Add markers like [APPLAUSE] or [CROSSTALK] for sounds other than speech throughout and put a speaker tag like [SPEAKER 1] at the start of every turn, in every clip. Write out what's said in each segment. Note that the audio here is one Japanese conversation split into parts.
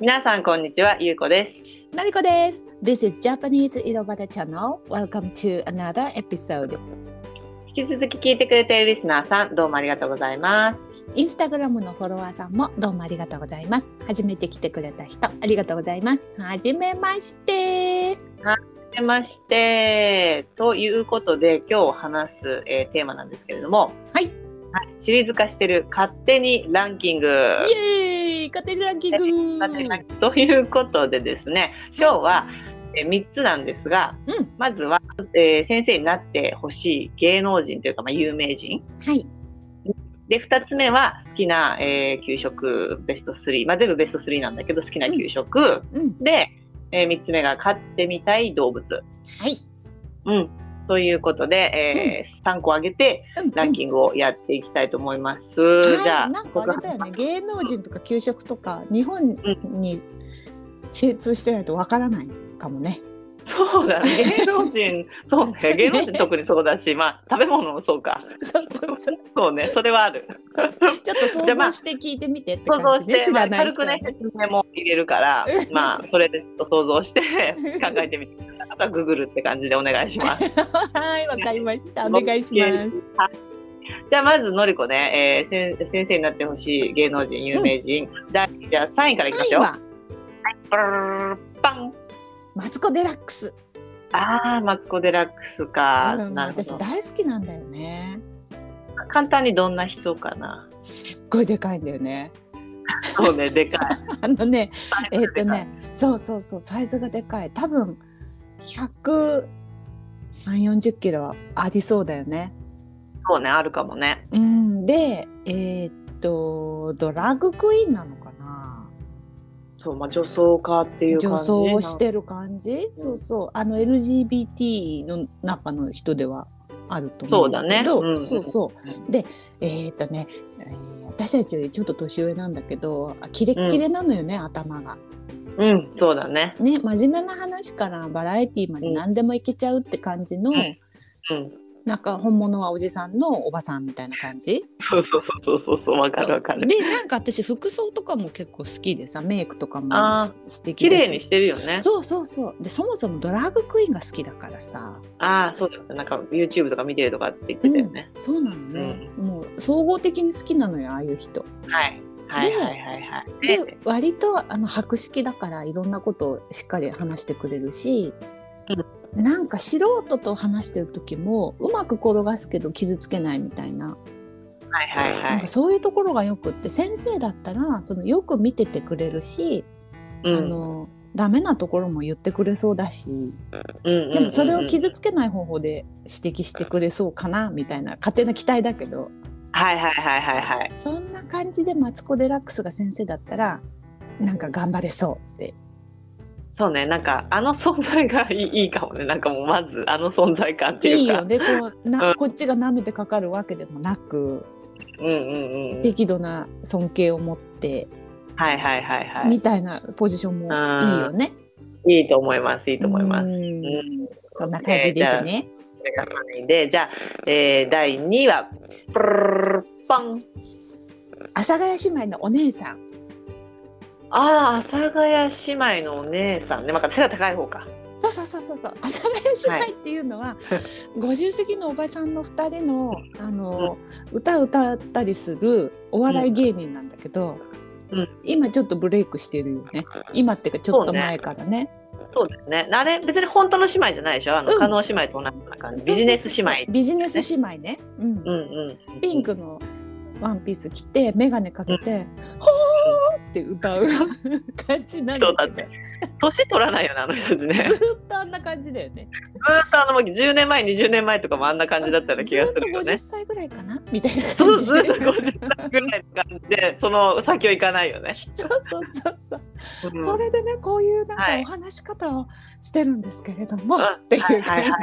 [SPEAKER 1] 皆さんこんにちは、ゆうこです。
[SPEAKER 2] なりこです。This is Japanese 井戸端 Channel. Welcome to another episode.
[SPEAKER 1] 引き続き聞いてくれているリスナーさん、どうもありがとうございます。
[SPEAKER 2] インスタグラムのフォロワーさんもどうもありがとうございます。初めて来てくれた人、ありがとうございます。はじめまして。
[SPEAKER 1] はじめまして、ということで、今日話す、えーテーマなんですけれども、
[SPEAKER 2] はい。
[SPEAKER 1] はいシリーズ化してる勝手にランキング。
[SPEAKER 2] イエーイ勝手にランキング
[SPEAKER 1] 勝手にランキングということでですね、今日は、えー3つなんですが、
[SPEAKER 2] うん
[SPEAKER 1] まずは、えー先生になってほしい芸能人というか、まあ、有名人。
[SPEAKER 2] はい。
[SPEAKER 1] で2つ目は好きな、えー給食ベスト3、まあ、全部ベスト3なんだけど好きな給食、
[SPEAKER 2] うん。
[SPEAKER 1] で、え3つ目が飼ってみたい動物、
[SPEAKER 2] はい。
[SPEAKER 1] うん、ということで、え3個挙げてランキングをやっていきたいと思います、
[SPEAKER 2] はい
[SPEAKER 1] じゃあ
[SPEAKER 2] なんかあれだよね。芸能人とか給食とか、日本に精通してないとわからないかもね。
[SPEAKER 1] [LAUGHS] そうだね芸能
[SPEAKER 2] [LAUGHS]
[SPEAKER 1] 人そうね芸能人特にそうだし、まあ、食べ物もそうか
[SPEAKER 2] そうそうそう。
[SPEAKER 1] そうねそれはある
[SPEAKER 2] ちょっと想
[SPEAKER 1] じゃあまあ
[SPEAKER 2] 像して聞いてみてって
[SPEAKER 1] 想像
[SPEAKER 2] 感
[SPEAKER 1] し
[SPEAKER 2] じね。
[SPEAKER 1] て、
[SPEAKER 2] 知
[SPEAKER 1] まあ
[SPEAKER 2] らない
[SPEAKER 1] 軽
[SPEAKER 2] 人
[SPEAKER 1] く
[SPEAKER 2] はね
[SPEAKER 1] ね説明も入れるから
[SPEAKER 2] う
[SPEAKER 1] まあそれでちょっと想像して考えてみてあとはググるって感じでお願いします。
[SPEAKER 2] はい、わかりました。お願いします。
[SPEAKER 1] はいじゃあまずのりこね、えー、先先生になってほしい芸能人有名人、第じゃあ3位からいきましょ
[SPEAKER 2] 3位
[SPEAKER 1] う。
[SPEAKER 2] は
[SPEAKER 1] パララララパン
[SPEAKER 2] マツコデラックス。
[SPEAKER 1] あーマツコ・デラックスか、
[SPEAKER 2] うん、
[SPEAKER 1] なるほ
[SPEAKER 2] 私
[SPEAKER 1] ど
[SPEAKER 2] 大好きなんだよね。
[SPEAKER 1] 簡単にどんな人かな
[SPEAKER 2] すっごいでかいんだよね。 [LAUGHS]
[SPEAKER 1] そうねでかい
[SPEAKER 2] あのね、えっ、
[SPEAKER 1] で
[SPEAKER 2] と
[SPEAKER 1] かい
[SPEAKER 2] ね、そうそうそう、サイズがでかい。多分百三四十キロはありそうだよね。
[SPEAKER 1] そうねあるかもね
[SPEAKER 2] うん、で、えっとドラッグクイーンなのかな。
[SPEAKER 1] そうまあ女装家っていう感
[SPEAKER 2] 女
[SPEAKER 1] じ
[SPEAKER 2] 装をしてる感じ。そうそう、あの LGBT の中の人ではあると思うんだけど、
[SPEAKER 1] そうだねうん
[SPEAKER 2] そうそう。えー、っとね、えー私たちよりちょっと年上なんだけどあキレッキレなのよね、頭が。
[SPEAKER 1] うんそうだね
[SPEAKER 2] ね真面目な話からバラエティーまで何でもいけちゃうって感じの、
[SPEAKER 1] うんうん
[SPEAKER 2] なんか本物はおじさんのおばさんみたいな感じ。
[SPEAKER 1] そうそうそうそうそうわかるわかる
[SPEAKER 2] でなんか私服装とかも結構好きでさメイクとかも
[SPEAKER 1] あー
[SPEAKER 2] す素
[SPEAKER 1] 綺
[SPEAKER 2] 敵だ
[SPEAKER 1] 麗
[SPEAKER 2] し
[SPEAKER 1] にしてるよね
[SPEAKER 2] そうそうそうでそもそもドラッグクイーンが好きだからさ、
[SPEAKER 1] ああそうだったなんか YouTube とか見てるとかって言ってたよね、
[SPEAKER 2] そうなのね、もう総合的に好きなのよああいう人。
[SPEAKER 1] はいはいはいはいはい
[SPEAKER 2] で
[SPEAKER 1] で
[SPEAKER 2] 割とあの博識だからいろんなことをしっかり話してくれるし、なんか素人と話してる時もうまく転がすけど傷つけないみたいな,、
[SPEAKER 1] はいはいは
[SPEAKER 2] なん
[SPEAKER 1] い
[SPEAKER 2] かそういうところがよくって先生だったらそのよく見ててくれるし、
[SPEAKER 1] うん
[SPEAKER 2] あのダメなところも言ってくれそうだし
[SPEAKER 1] うんうんうんうん
[SPEAKER 2] でもそれを傷つけない方法で指摘してくれそうかなみたいな勝手な期待だけど
[SPEAKER 1] はいはいはいはいはい
[SPEAKER 2] そんな感じでマツコ・デラックスが先生だったらなんか頑張れそうって
[SPEAKER 1] そうねなんかあの存在がいいいいかもねなんかもうまずあの存在感って
[SPEAKER 2] いい
[SPEAKER 1] いうか
[SPEAKER 2] よねこうな、
[SPEAKER 1] うん
[SPEAKER 2] こっちが舐めてかかるわけでもなく
[SPEAKER 1] うんうんうんはい
[SPEAKER 2] 適度な尊敬を持って、
[SPEAKER 1] はいはいは
[SPEAKER 2] みたいなポジションも
[SPEAKER 1] うん
[SPEAKER 2] いいよね。
[SPEAKER 1] いいいと思いますいいと思います
[SPEAKER 2] うん
[SPEAKER 1] うん
[SPEAKER 2] そんな感じですね。
[SPEAKER 1] これが3位でじゃあ、えー、第2位はプルルルルパン
[SPEAKER 2] 阿佐ヶ谷姉妹のお姉さん。
[SPEAKER 1] ああ阿佐ヶ谷姉妹のお姉さんねまあ背が高い方か
[SPEAKER 2] そうそうそうそうそう。阿佐ヶ谷姉妹っていう
[SPEAKER 1] [LAUGHS]
[SPEAKER 2] のは、50席のおばさんの2人のあの、歌を歌ったりするお笑い芸人なんだけど、
[SPEAKER 1] うん
[SPEAKER 2] 今ちょっとブレイクしてるよね。今っていうかちょっと前からね。
[SPEAKER 1] そうだよね。あれ別に本当の姉妹じゃないでしょ。あの、
[SPEAKER 2] うん
[SPEAKER 1] 加納姉妹と同じような感じ。ビジネス姉妹。
[SPEAKER 2] そうそうそうそうビジネス姉妹ね。うん
[SPEAKER 1] うんうん。
[SPEAKER 2] ピン。クのワンピース着て眼鏡かけて「ほー!」って
[SPEAKER 1] [LAUGHS]
[SPEAKER 2] 歌う感じなん
[SPEAKER 1] そうだ
[SPEAKER 2] だ
[SPEAKER 1] っ
[SPEAKER 2] け
[SPEAKER 1] て
[SPEAKER 2] ど。
[SPEAKER 1] 年取らないよねあの人たちね。
[SPEAKER 2] ず
[SPEAKER 1] ず
[SPEAKER 2] ーっとあんな感じだよね。
[SPEAKER 1] ーっとあのもう10年前20年前とかもあんな感じだったような気
[SPEAKER 2] ずー
[SPEAKER 1] が
[SPEAKER 2] っ
[SPEAKER 1] す
[SPEAKER 2] と
[SPEAKER 1] るよ
[SPEAKER 2] 50
[SPEAKER 1] ね。
[SPEAKER 2] 歳ぐらいかなみたいな
[SPEAKER 1] そう
[SPEAKER 2] 感
[SPEAKER 1] ず
[SPEAKER 2] じ
[SPEAKER 1] っ [LAUGHS] と50歳ぐらいの感じでその先を行かないよね。
[SPEAKER 2] そうそうそうそう。
[SPEAKER 1] うん
[SPEAKER 2] それでねこういうなん
[SPEAKER 1] は
[SPEAKER 2] か
[SPEAKER 1] い
[SPEAKER 2] お話し方をしてるんですけれども、
[SPEAKER 1] うん
[SPEAKER 2] っていう感じ、
[SPEAKER 1] はいはいはい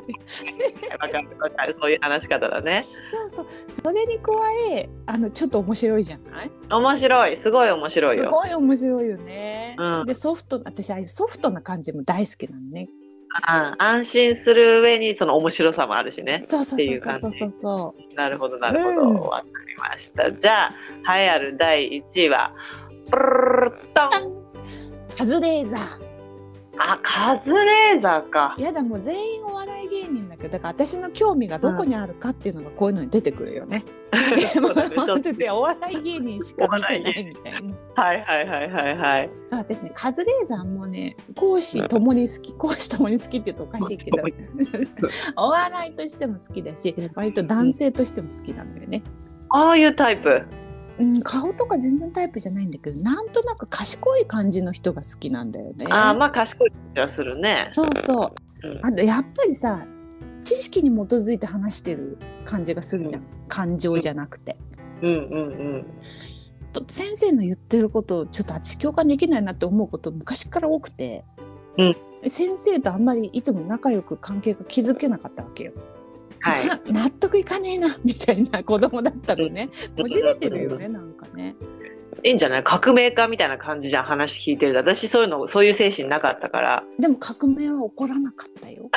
[SPEAKER 1] わかるわかるそういう話し方だね。
[SPEAKER 2] そうそうそれに加えあのちょっと面白いじゃない
[SPEAKER 1] 面白いすごい面白い
[SPEAKER 2] す
[SPEAKER 1] よ。
[SPEAKER 2] ごい面白いよね。
[SPEAKER 1] うん
[SPEAKER 2] でソフト私ああいうソフトな感じも大好きなのね。
[SPEAKER 1] うん安心する上にその面白さもあるしね。
[SPEAKER 2] そうそう
[SPEAKER 1] ってい
[SPEAKER 2] そう
[SPEAKER 1] う感
[SPEAKER 2] そ
[SPEAKER 1] じ
[SPEAKER 2] うそうそう。
[SPEAKER 1] なるほどなるほど、
[SPEAKER 2] うん
[SPEAKER 1] わかりましたじゃあ栄えある第1位はプルルルルトン
[SPEAKER 2] タンカズレーザー
[SPEAKER 1] あ、カズレーザー
[SPEAKER 2] [LAUGHS]
[SPEAKER 1] か。
[SPEAKER 2] やだもう全員お笑い芸人だけどだから私の興味がどこにあるかっていうのがこういうのに出てくるよね。
[SPEAKER 1] そう
[SPEAKER 2] [LAUGHS]
[SPEAKER 1] だねちょっと
[SPEAKER 2] 出てお笑い芸人しか見てないみたいな。
[SPEAKER 1] はいはいはいはいはい。
[SPEAKER 2] そう私ねカズレーザーもね講師ともに好き講師ともに好きって言うとおかしいけどお笑いとしても好きだし割と男性としても好きなんだよね。
[SPEAKER 1] ああいうタイプ。
[SPEAKER 2] うん、顔とか全然タイプじゃないんだけどなんとなく賢い感じの人が好きなんだよね。
[SPEAKER 1] ああ、まあ賢い気がするね。
[SPEAKER 2] そうそう
[SPEAKER 1] うん
[SPEAKER 2] あとやっぱりさ知識に基づいて話してる感じがするじゃん、
[SPEAKER 1] う
[SPEAKER 2] 感情じゃなくて。
[SPEAKER 1] うんうん
[SPEAKER 2] と先生の言ってることをちょっと私共感できないなって思うこと昔から多くて、
[SPEAKER 1] うん
[SPEAKER 2] 先生とあんまりいつも仲良く関係が築けなかったわけよ。
[SPEAKER 1] はい
[SPEAKER 2] な [LAUGHS] 納得いかねえなみたいな子供だったのね
[SPEAKER 1] うん。
[SPEAKER 2] こじれてるよねなんかね。
[SPEAKER 1] うん。いいんじゃない革命家みたいな感じじゃん、話聞いてると。私そういうの、そういう精神なかったから。
[SPEAKER 2] でも革命は起こらなかったよ。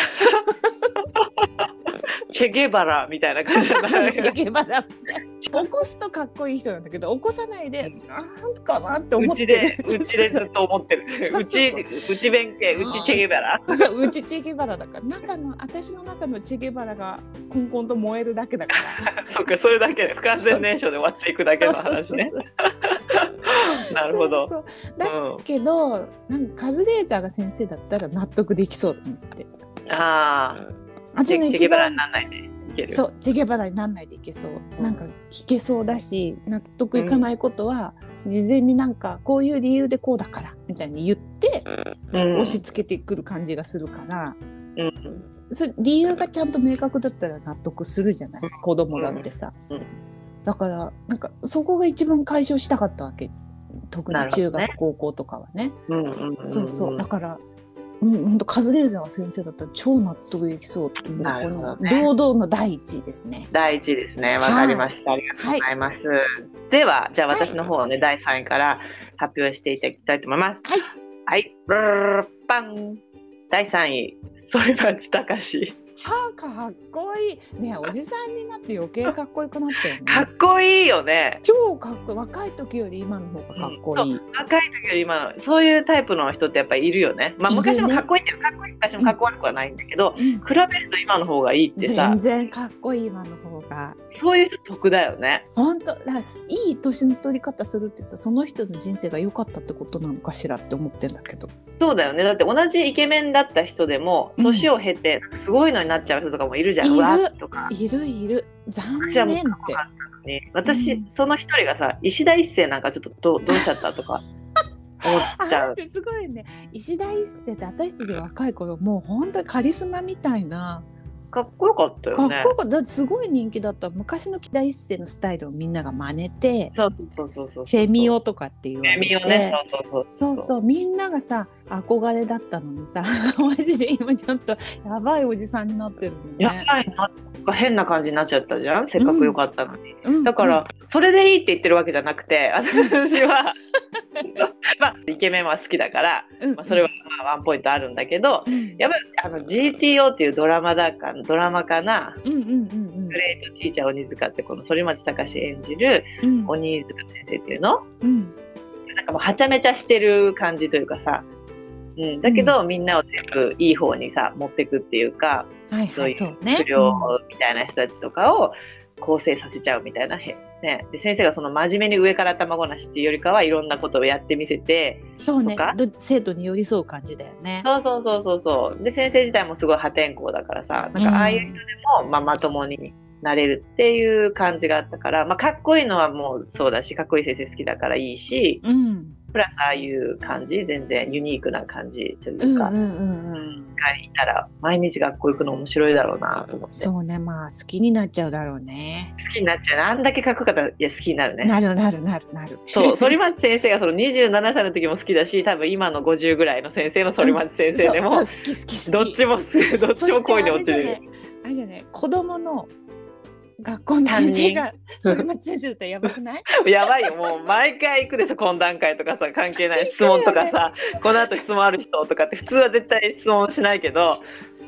[SPEAKER 1] チェゲバラみたいな感じじゃない
[SPEAKER 2] チェゲバラ起こすとかっこいい人なんだけど起こさないでなんかなって思
[SPEAKER 1] う
[SPEAKER 2] っ
[SPEAKER 1] ち
[SPEAKER 2] て
[SPEAKER 1] で
[SPEAKER 2] る、
[SPEAKER 1] うちでずっと思ってる
[SPEAKER 2] そ。う
[SPEAKER 1] う
[SPEAKER 2] そう
[SPEAKER 1] ち
[SPEAKER 2] そう、
[SPEAKER 1] うち弁慶、うちチェゲバラ。
[SPEAKER 2] そううちチェゲバラだから中の私の中のチェゲバラがコンコンと燃えるだけだから。
[SPEAKER 1] そうか、それだけで不完全燃焼で終わっていくだけの話ね。
[SPEAKER 2] そうそう
[SPEAKER 1] [LAUGHS] なる
[SPEAKER 2] そ
[SPEAKER 1] ほ
[SPEAKER 2] うそう
[SPEAKER 1] ど。
[SPEAKER 2] そ
[SPEAKER 1] う
[SPEAKER 2] うだけどなんかカズレーザーが先生だったら納得できそうだなって。
[SPEAKER 1] ん。ああ、
[SPEAKER 2] あ
[SPEAKER 1] チ
[SPEAKER 2] の
[SPEAKER 1] ェチェ
[SPEAKER 2] 一
[SPEAKER 1] ゲバラ
[SPEAKER 2] 番
[SPEAKER 1] にならないね。いける。
[SPEAKER 2] そうチェゲバラになんないでいけそう、
[SPEAKER 1] うん
[SPEAKER 2] なんか聞けそうだし納得いかないことは、事前になんかこういう理由でこうだからみたいに言って
[SPEAKER 1] うん。
[SPEAKER 2] 押し付けてくる感じがするから、
[SPEAKER 1] うん。
[SPEAKER 2] それ理由がちゃんと明確だったら納得するじゃない子供だってさ、
[SPEAKER 1] うんうん
[SPEAKER 2] だからなんかそこが一番解消したかったわけ特
[SPEAKER 1] なる
[SPEAKER 2] に
[SPEAKER 1] ほど
[SPEAKER 2] 中
[SPEAKER 1] ね
[SPEAKER 2] 学、高校とかはね
[SPEAKER 1] うんうんんん
[SPEAKER 2] そうそうだからうん、ほんとカズレーザー先生だったら超納得できそうっていう
[SPEAKER 1] なるほどね
[SPEAKER 2] この堂々の第一位ですね。
[SPEAKER 1] 第一位ですね。わかりました。ありがとう
[SPEAKER 2] はい
[SPEAKER 1] ございます。では、じゃあ私の方をね、第三位から発表していただきたいと思います。
[SPEAKER 2] はい。
[SPEAKER 1] はい。ブルルルパン。第三位、反町隆史。
[SPEAKER 2] はあかっこいいねえおじさんになって余計かっこよくなったよね
[SPEAKER 1] かっこいいよね。
[SPEAKER 2] 超かっこいい若い時より今の方がかっこいい、
[SPEAKER 1] 若い時より今の、そういうタイプの人ってやっぱりいるよね。まあ
[SPEAKER 2] いるね
[SPEAKER 1] 昔もかっこいいっていうかっこいい昔もかっこ悪くはないんだけど、
[SPEAKER 2] うん
[SPEAKER 1] 比べると今の方がいいってさ
[SPEAKER 2] 全、然かっこいい今の方が
[SPEAKER 1] そういう人得だよね。
[SPEAKER 2] 本当だからいい年の取り方するってさその人の人生が良かったってことなのかしらって思ってんだけど
[SPEAKER 1] そうだよね。だって同じイケメンだった人でも、
[SPEAKER 2] うん
[SPEAKER 1] 年を経て、すごいのになっちゃう人とかもいるじゃん。
[SPEAKER 2] いる
[SPEAKER 1] うわーとか。
[SPEAKER 2] いるいる残
[SPEAKER 1] 私は
[SPEAKER 2] 念っ
[SPEAKER 1] もう
[SPEAKER 2] て
[SPEAKER 1] 過去があったのに私、
[SPEAKER 2] うん
[SPEAKER 1] その一人がさ石田一生なんかちょっとどうどうしちゃったとか思っちゃ
[SPEAKER 2] [LAUGHS] あ
[SPEAKER 1] う
[SPEAKER 2] すごいね石田一世って私たちが若い頃もう本当にカリスマみたいな
[SPEAKER 1] かっこよかった
[SPEAKER 2] か
[SPEAKER 1] よ
[SPEAKER 2] っ
[SPEAKER 1] ね
[SPEAKER 2] こよかっただってすごい人気だった昔の木田一世のスタイルをみんなが真似て
[SPEAKER 1] そうそうそうそうそう
[SPEAKER 2] フェミオとかっていう
[SPEAKER 1] フェミオねそうそう
[SPEAKER 2] そうそうみんながさ憧れだったのにさ [LAUGHS] マジで今ちょっとやばいおじさんになってるの
[SPEAKER 1] や
[SPEAKER 2] ね、
[SPEAKER 1] ばいななんか変な感じになっちゃったじゃんせっかくよかったのに、
[SPEAKER 2] うん
[SPEAKER 1] だから、それでいいって言ってるわけじゃなくて私は [LAUGHS] まあイケメンは好きだから、
[SPEAKER 2] うん
[SPEAKER 1] まあ、それはまあワンポイントあるんだけど
[SPEAKER 2] うん
[SPEAKER 1] やっぱりあの GTO っていうドラマだかドラマかな
[SPEAKER 2] うんうんうん
[SPEAKER 1] グレートティーチャー鬼塚ってこの反町隆史演じる
[SPEAKER 2] うんうん
[SPEAKER 1] 鬼塚先生っていうの
[SPEAKER 2] うん
[SPEAKER 1] なんかもうはちゃめちゃしてる感じというかさ、うん、だけど、みんなを全部いい方にさ持ってくっていうか
[SPEAKER 2] はい
[SPEAKER 1] そう
[SPEAKER 2] はいいうそうね
[SPEAKER 1] 不良みたいな人たちとかを構成させちゃうみたいな、へね、で先生がその真面目に上から卵なしっていうよりかはいろんなことをやってみせて
[SPEAKER 2] うんそうね
[SPEAKER 1] とか
[SPEAKER 2] ど生徒に寄り添う感じだよね
[SPEAKER 1] そうそうそうそうそうで先生自体もすごい破天荒だからさなんかああいう人でも、まあ、まともになれるっていう感じがあったから、まあ、かっこいいのはもうそうだしかっこいい先生好きだからいいし。
[SPEAKER 2] うん
[SPEAKER 1] プラスああいう感じ全然ユニークな感じとい
[SPEAKER 2] うん
[SPEAKER 1] う
[SPEAKER 2] う
[SPEAKER 1] か、
[SPEAKER 2] んうんうん
[SPEAKER 1] がいたら毎日学校行くの面白いだろうなと思って好
[SPEAKER 2] そうねまあ好きになっちゃうだろうね
[SPEAKER 1] きになっちゃうなあんだけかっこよかったらいや好きになるね
[SPEAKER 2] なるなるなるなる
[SPEAKER 1] そう反町先生がその27歳の時も好きだし多分今の50ぐらいの先生の反町先生で
[SPEAKER 2] そ
[SPEAKER 1] も
[SPEAKER 2] うそう好き好き好き
[SPEAKER 1] どっちも好きどっ
[SPEAKER 2] そ
[SPEAKER 1] ちも
[SPEAKER 2] してあ
[SPEAKER 1] 恋に
[SPEAKER 2] れ
[SPEAKER 1] 落ち
[SPEAKER 2] じゃ
[SPEAKER 1] る
[SPEAKER 2] ないあれじゃない子供の学校の先生がそれも先生だったらやばくない
[SPEAKER 1] [LAUGHS] やばいよもう毎回行くでしょ懇談会とかさ関係ない質問とかさ、この後質問ある人とかって普通は絶対質問しないけど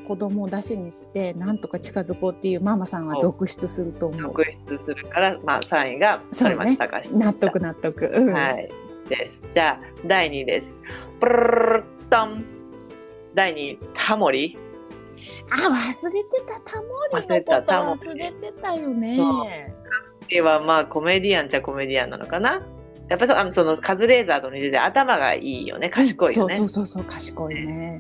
[SPEAKER 2] 子供を出しにしてなんとか近づこうっていうママさんは続出すると思う
[SPEAKER 1] 特筆するから、まあ、3位が
[SPEAKER 2] そう
[SPEAKER 1] 反
[SPEAKER 2] ね
[SPEAKER 1] 町隆史でした
[SPEAKER 2] 納得納得、うん
[SPEAKER 1] はい、です。じゃあ第2位です。プルルルルッタン第2タモリ
[SPEAKER 2] あ忘れてたタモリ
[SPEAKER 1] 忘
[SPEAKER 2] の
[SPEAKER 1] れて
[SPEAKER 2] こと
[SPEAKER 1] たタモリ
[SPEAKER 2] 忘れてたよね。
[SPEAKER 1] そうではまあコメディアンじゃコメディアンなのかなやっぱそうあのそのカズレーザーと似てて頭がいいよね賢いよね、
[SPEAKER 2] そうそうそうそう賢いね。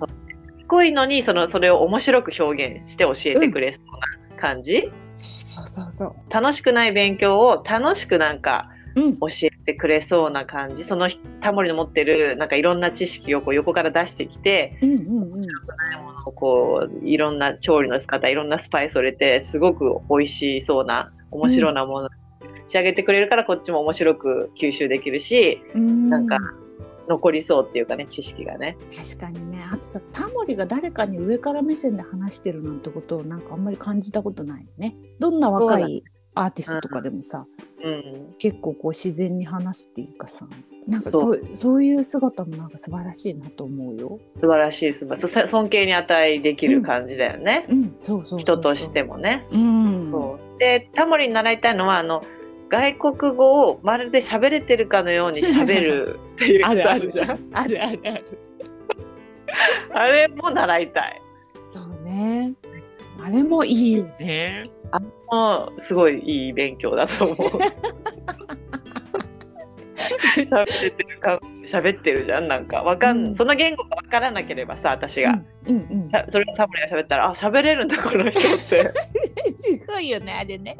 [SPEAKER 1] 賢いのにそのそれを面白く表現して教えてくれそうな感じ、
[SPEAKER 2] そうそうそうそう。
[SPEAKER 1] 楽しくない勉強を楽しくなんか
[SPEAKER 2] うん。
[SPEAKER 1] 教えてくれそうな感じそのひタモリの持ってるなんかいろんな知識をこう横から出してきて
[SPEAKER 2] うんうんうん。
[SPEAKER 1] こういろんな調理の仕方いろんなスパイスを入れてすごく美味しそうな面白なもの、仕上げてくれるからこっちも面白く吸収できるし
[SPEAKER 2] うん
[SPEAKER 1] なんか残りそうっていうかね知識がね
[SPEAKER 2] 確かにねあとさタモリが誰かに上から目線で話してるなんてことをなんかあんまり感じたことないよねどんな若
[SPEAKER 1] そうだ
[SPEAKER 2] いアーティストとかでもさ、
[SPEAKER 1] うん
[SPEAKER 2] 結構こう自然に話すっていうかさなんかそ
[SPEAKER 1] そう
[SPEAKER 2] そういう姿もなんか素晴らしいなと思うよ。
[SPEAKER 1] 素晴らしい素晴らしいそ尊敬に値できる感じだよね、
[SPEAKER 2] うん、そうそうそうそう
[SPEAKER 1] 人としてもね、
[SPEAKER 2] うん
[SPEAKER 1] そうでタモリに習いたいのはあの外国語をまるで喋れてるかのように喋るっていうや
[SPEAKER 2] あ
[SPEAKER 1] つ
[SPEAKER 2] るあ
[SPEAKER 1] [LAUGHS] あ
[SPEAKER 2] る
[SPEAKER 1] るじゃん
[SPEAKER 2] あるあるある。
[SPEAKER 1] あれも習いたい。
[SPEAKER 2] そうね。あれもいいよね。
[SPEAKER 1] もうすごいいい勉強だと思う。喋れてるか喋ってるじゃんなんかわかん、
[SPEAKER 2] うん
[SPEAKER 1] その言語がわからなければさ私が、
[SPEAKER 2] う
[SPEAKER 1] [LAUGHS]
[SPEAKER 2] んうん。
[SPEAKER 1] たそれをタモリが喋ったらあ喋れるんだこの人って
[SPEAKER 2] すごいよねあれね。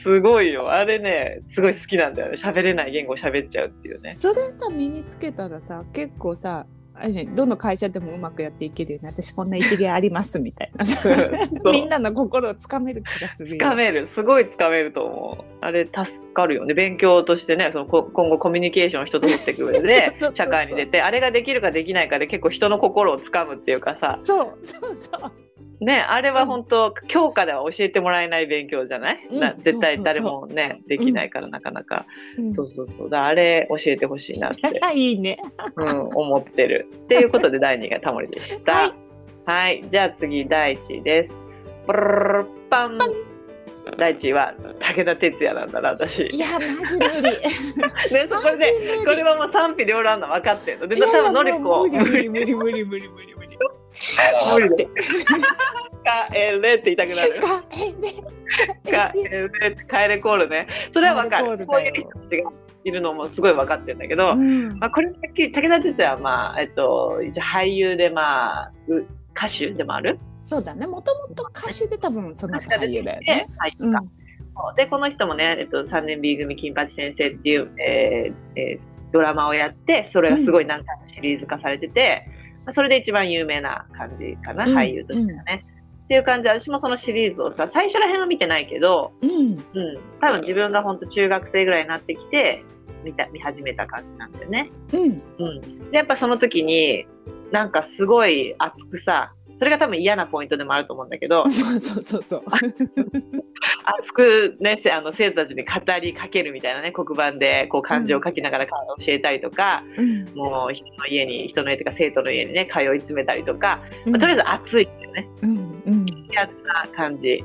[SPEAKER 1] すごいよあれねすごい好きなんだよね喋れない言語を喋っちゃうっていう
[SPEAKER 2] [LAUGHS]
[SPEAKER 1] ね
[SPEAKER 2] それさ身につけたらさ結構さあれ、ね、どの会社でもうまくやっていけるよね私こんな一芸ありますみたい
[SPEAKER 1] [LAUGHS]
[SPEAKER 2] な
[SPEAKER 1] そう
[SPEAKER 2] みんなの心をつかめる気がするよ
[SPEAKER 1] つかめるすごいつかめると思うあれ助かるよね勉強としてねそのこ今後コミュニケーションを人と取っていく上で
[SPEAKER 2] [LAUGHS] そうそうそうそう
[SPEAKER 1] 社会に出てあれができるかできないかで結構人の心をつかむっていうかさ
[SPEAKER 2] そうそうそう
[SPEAKER 1] ねあれは本当、教科では教えてもらえない勉強じゃない、
[SPEAKER 2] うん
[SPEAKER 1] な絶対
[SPEAKER 2] そうそう
[SPEAKER 1] 誰
[SPEAKER 2] そう
[SPEAKER 1] もねできないからなかなか、
[SPEAKER 2] うん
[SPEAKER 1] そうそうそうだあれ教えてほしいなって、
[SPEAKER 2] いい
[SPEAKER 1] [LAUGHS]
[SPEAKER 2] ね
[SPEAKER 1] うん、思ってるっていうことで第2位がタモリでした
[SPEAKER 2] は
[SPEAKER 1] はいい、じゃあ次第1位ですプルルルパン第1位は武田鉄矢なんだな私
[SPEAKER 2] い
[SPEAKER 1] ね
[SPEAKER 2] やマジ無理
[SPEAKER 1] そ
[SPEAKER 2] マ
[SPEAKER 1] これで
[SPEAKER 2] ジ無理
[SPEAKER 1] これはもう賛否両論なの分かってるので
[SPEAKER 2] いやい
[SPEAKER 1] 多
[SPEAKER 2] や
[SPEAKER 1] 分のり
[SPEAKER 2] も
[SPEAKER 1] こ
[SPEAKER 2] う無理無理無理無理無理無理無理
[SPEAKER 1] 無理で帰れって言いたくなるか
[SPEAKER 2] 無理
[SPEAKER 1] 帰れコールねそれは分か
[SPEAKER 2] 帰れコー
[SPEAKER 1] る
[SPEAKER 2] ル
[SPEAKER 1] そう
[SPEAKER 2] だ
[SPEAKER 1] い
[SPEAKER 2] よ
[SPEAKER 1] う人たちがいるのもすごい分かってるんだけど、
[SPEAKER 2] うん
[SPEAKER 1] まあ、これさっき武田鉄矢はまあえっと一応俳優でまあう歌手でもある
[SPEAKER 2] そうだねもともと歌手で多分その
[SPEAKER 1] 歌手が出
[SPEAKER 2] 俳
[SPEAKER 1] て
[SPEAKER 2] 優
[SPEAKER 1] き
[SPEAKER 2] だよ
[SPEAKER 1] て
[SPEAKER 2] ね、
[SPEAKER 1] 俳
[SPEAKER 2] う
[SPEAKER 1] 優
[SPEAKER 2] ん
[SPEAKER 1] か、そうでこの人もね、えっと、3年 B 組金八先生っていう、えーえードラマをやってそれがすごい何回もシリーズ化されてて、まあそれで一番有名な感じかな、
[SPEAKER 2] うん
[SPEAKER 1] 俳優としてはね。っていう感じで私もそのシリーズをさ最初ら辺は見てないけど、
[SPEAKER 2] うん
[SPEAKER 1] うん、多分自分が本当中学生ぐらいになってきて見た見始めた感じなんだよね。
[SPEAKER 2] うん
[SPEAKER 1] うん、でやっぱその時になんかすごい熱くさそれが多分嫌なポイントでもあると思うんだけど
[SPEAKER 2] そうそうそうそう
[SPEAKER 1] 熱く、ね、せあの生徒たちに語りかけるみたいなね黒板でこう漢字を書きながらカードを教えたりとか、
[SPEAKER 2] うん
[SPEAKER 1] もう人の家に人の家とか生徒の家にね通い詰めたりとか、まあとりあえず熱いっていうね
[SPEAKER 2] うんうん
[SPEAKER 1] やつな感じ。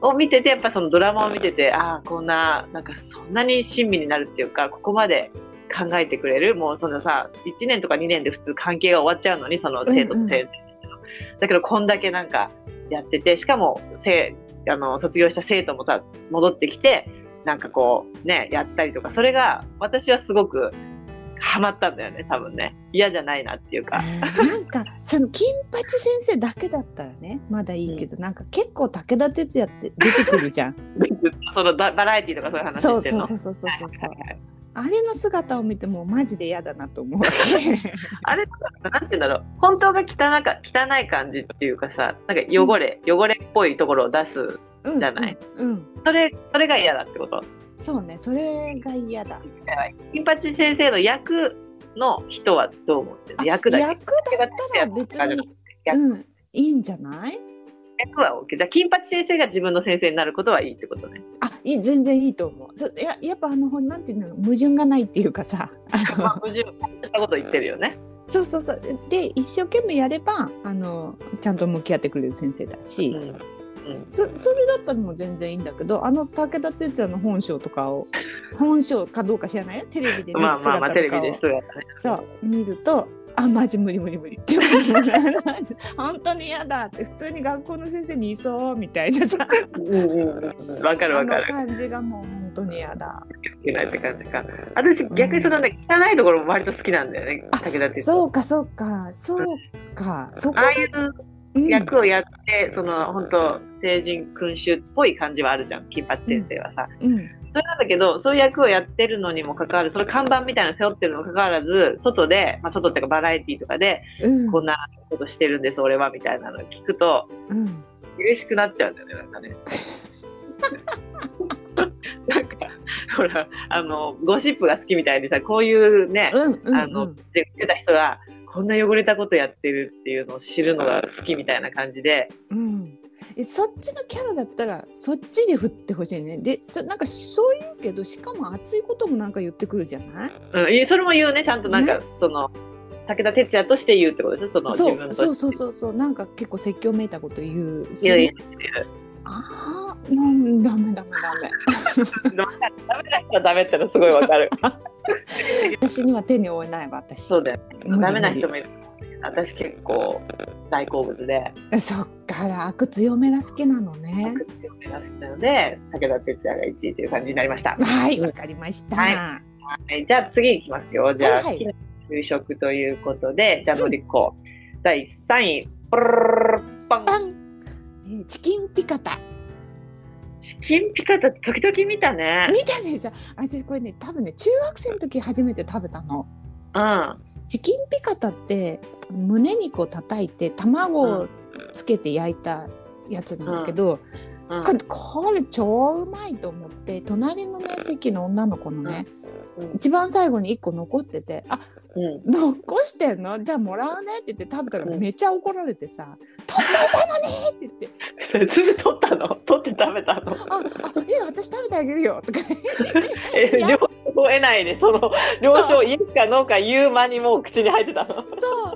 [SPEAKER 1] を見ててやっぱそのドラマを見ててああこんななんかそんなに親身になるっていうかここまで考えてくれるもうそのさ1年とか2年で普通関係が終わっちゃうのにその生徒と先生の、だけどこんだけなんかやっててしかもせあの卒業した生徒もさ戻ってきてなんかこうねやったりとかそれが私はすごくハマったんだよね多分ね嫌じゃないなっていうか [LAUGHS]
[SPEAKER 2] なんかその金八先生だけだったらねまだいいけど、なんか結構武田鉄矢って出てくるじゃん
[SPEAKER 1] そのババラエティとかそういう話
[SPEAKER 2] そう
[SPEAKER 1] してる
[SPEAKER 2] そう
[SPEAKER 1] の
[SPEAKER 2] そうそうそうそう
[SPEAKER 1] はいはいはい
[SPEAKER 2] あれの姿を見てもうマジで嫌だなと思うわ [LAUGHS]
[SPEAKER 1] あれなんて言うんだろう本当が汚か汚い感じっていうかさなんか汚れ、汚れっぽいところを出す
[SPEAKER 2] けうん
[SPEAKER 1] じゃない
[SPEAKER 2] うん、うん
[SPEAKER 1] それそれが嫌だってこと
[SPEAKER 2] そうねそれが嫌だ
[SPEAKER 1] 金八先生の役の人はどう思ってる役だけ
[SPEAKER 2] 役だったら別に
[SPEAKER 1] 役
[SPEAKER 2] うんいいんじゃない
[SPEAKER 1] 役は OK じゃあ金八先生が自分の先生になることはいいってこと [LAUGHS] ね
[SPEAKER 2] あいい全然いいと思うそややっぱあのほんなんていうの矛盾がないっていうかさあの
[SPEAKER 1] まあ矛盾したこと言ってるよね
[SPEAKER 2] そうそうそうで一生懸命やればあのちゃんと向き合ってくれる先生だし、
[SPEAKER 1] うんうん
[SPEAKER 2] そそれだったらもう全然いいんだけどあの武田鉄矢の本性
[SPEAKER 1] [LAUGHS]
[SPEAKER 2] とかを本性かどうか知らないよテレビで見
[SPEAKER 1] ま
[SPEAKER 2] る
[SPEAKER 1] あまあ
[SPEAKER 2] 姿
[SPEAKER 1] まあテ
[SPEAKER 2] と
[SPEAKER 1] レ
[SPEAKER 2] か
[SPEAKER 1] ビ
[SPEAKER 2] を
[SPEAKER 1] ですが、ね、
[SPEAKER 2] そう見るとあマジ無理無理無理って [LAUGHS] 本当に嫌だって普通に学校の先生にいそうみたい
[SPEAKER 1] [LAUGHS]
[SPEAKER 2] なさ
[SPEAKER 1] うんうんうんわかる
[SPEAKER 2] あ
[SPEAKER 1] わ
[SPEAKER 2] の
[SPEAKER 1] かる
[SPEAKER 2] 感じがもう本当に嫌だ
[SPEAKER 1] いけないって感じか私逆にそのね汚いところも割と好きなんだよね武田鉄矢
[SPEAKER 2] そうかそうかそうかそこ
[SPEAKER 1] ああいう
[SPEAKER 2] うん
[SPEAKER 1] 役をやって、その本当成人君主っぽい感じはあるじゃん金八先生はさ、
[SPEAKER 2] う
[SPEAKER 1] そ
[SPEAKER 2] ん
[SPEAKER 1] れなんだけどそういう役をやってるのにもかかわらずその看板みたいなの背負ってるのもかかわらず外で、まあ、外っていうかバラエティーとかで、
[SPEAKER 2] うん
[SPEAKER 1] こんなことしてるんです俺はみたいなのを聞くと
[SPEAKER 2] うん
[SPEAKER 1] 嬉しくなっちゃうんだよねなんかね。なんかほらあのゴシップが好きみたいにさこういうね、
[SPEAKER 2] うんうん
[SPEAKER 1] あの、って言ってた人がこんな汚れたことやってるっていうのを知るのが好きみたいな感じで
[SPEAKER 2] うんえそっちのキャラだったらそっちで振ってほしいねでそなんかそう言うけどしかも熱いこともなんか言ってくるじゃない
[SPEAKER 1] うんいい、それも言うね、ちゃんとなんか、
[SPEAKER 2] ね
[SPEAKER 1] その武田鉄矢として言うってことですよ、その
[SPEAKER 2] そ
[SPEAKER 1] 自分
[SPEAKER 2] う
[SPEAKER 1] と
[SPEAKER 2] そうそうそうそうなんか結構説教めいたこと言う
[SPEAKER 1] いやいや
[SPEAKER 2] ああうんダメダメダメ
[SPEAKER 1] ダメな人はダメってのはすごいわかる。
[SPEAKER 2] 私には手に負えないわ私
[SPEAKER 1] そうだよ、
[SPEAKER 2] 無理
[SPEAKER 1] ダメな人もいる。私結構大好物で、
[SPEAKER 2] そっから悪強めが好きなのね
[SPEAKER 1] なので、武田鉄矢が1位という感じになりました。
[SPEAKER 2] はいわかりました、
[SPEAKER 1] ははいじゃあ次いきますよ。じゃあ、
[SPEAKER 2] はいはい
[SPEAKER 1] 好きな給食ということで、じゃあのりこ、第3位、プルルルルパン
[SPEAKER 2] パンえーチキンピカタ
[SPEAKER 1] チキンピカタ、時々見たね。
[SPEAKER 2] 見たねじゃあ私これね多分ね中学生の時初めて食べたの
[SPEAKER 1] うん。
[SPEAKER 2] チキンピカタって胸肉を叩いて卵をつけて焼いたやつなんだけど、
[SPEAKER 1] うん
[SPEAKER 2] これこれ超うまいと思って隣のね席の女の子のね、
[SPEAKER 1] うん
[SPEAKER 2] 一番最後に1個残ってて「あ
[SPEAKER 1] うん
[SPEAKER 2] 残してんのじゃあもらうね」って言って食べたら
[SPEAKER 1] うん
[SPEAKER 2] めっちゃ怒られてさ「取っといたのに!」って言って
[SPEAKER 1] それすぐ取ったの取って食べたの
[SPEAKER 2] 「ああいや私食べてあげるよ」とか
[SPEAKER 1] え
[SPEAKER 2] いや
[SPEAKER 1] 了承を得ないでその了承イエスかノーか言う間にもう口に入ってたの。
[SPEAKER 2] そう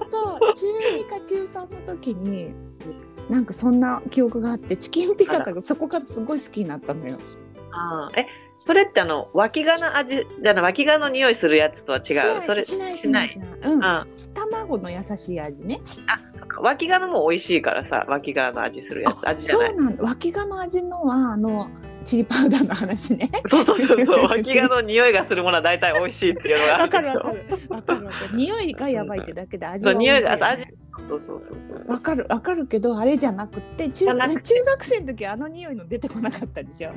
[SPEAKER 2] そう中2か中3の時になんかそんな記憶があってチキンピカタがそこからすごい好きになったのよ。
[SPEAKER 1] えそれってあの脇がの味じゃない脇がの匂いするやつとは違
[SPEAKER 2] しな
[SPEAKER 1] う
[SPEAKER 2] い
[SPEAKER 1] それ
[SPEAKER 2] しない
[SPEAKER 1] し
[SPEAKER 2] し
[SPEAKER 1] な
[SPEAKER 2] ないいう
[SPEAKER 1] うん
[SPEAKER 2] ん、
[SPEAKER 1] あ
[SPEAKER 2] 卵の優しい味ね
[SPEAKER 1] そっか脇がのも美味しいからさ脇がの味するやつ味じゃ
[SPEAKER 2] そ
[SPEAKER 1] ないう
[SPEAKER 2] なんだ脇がの味のはあのチリパウダーの話ね
[SPEAKER 1] そうそうそうそう脇がの匂いがするものは大体美味しいっていうの [LAUGHS] がある
[SPEAKER 2] わ
[SPEAKER 1] け
[SPEAKER 2] か
[SPEAKER 1] ど
[SPEAKER 2] るわかるわかるわかる匂いがやばいってだけで味
[SPEAKER 1] そう
[SPEAKER 2] は美
[SPEAKER 1] 匂い
[SPEAKER 2] 味しい
[SPEAKER 1] が
[SPEAKER 2] よね
[SPEAKER 1] あ味そうそうそうそうそう
[SPEAKER 2] わかるわかるけどあれじゃなくて中
[SPEAKER 1] じゃなくて
[SPEAKER 2] 中学生の時あの匂いの出てこなかったでしょ、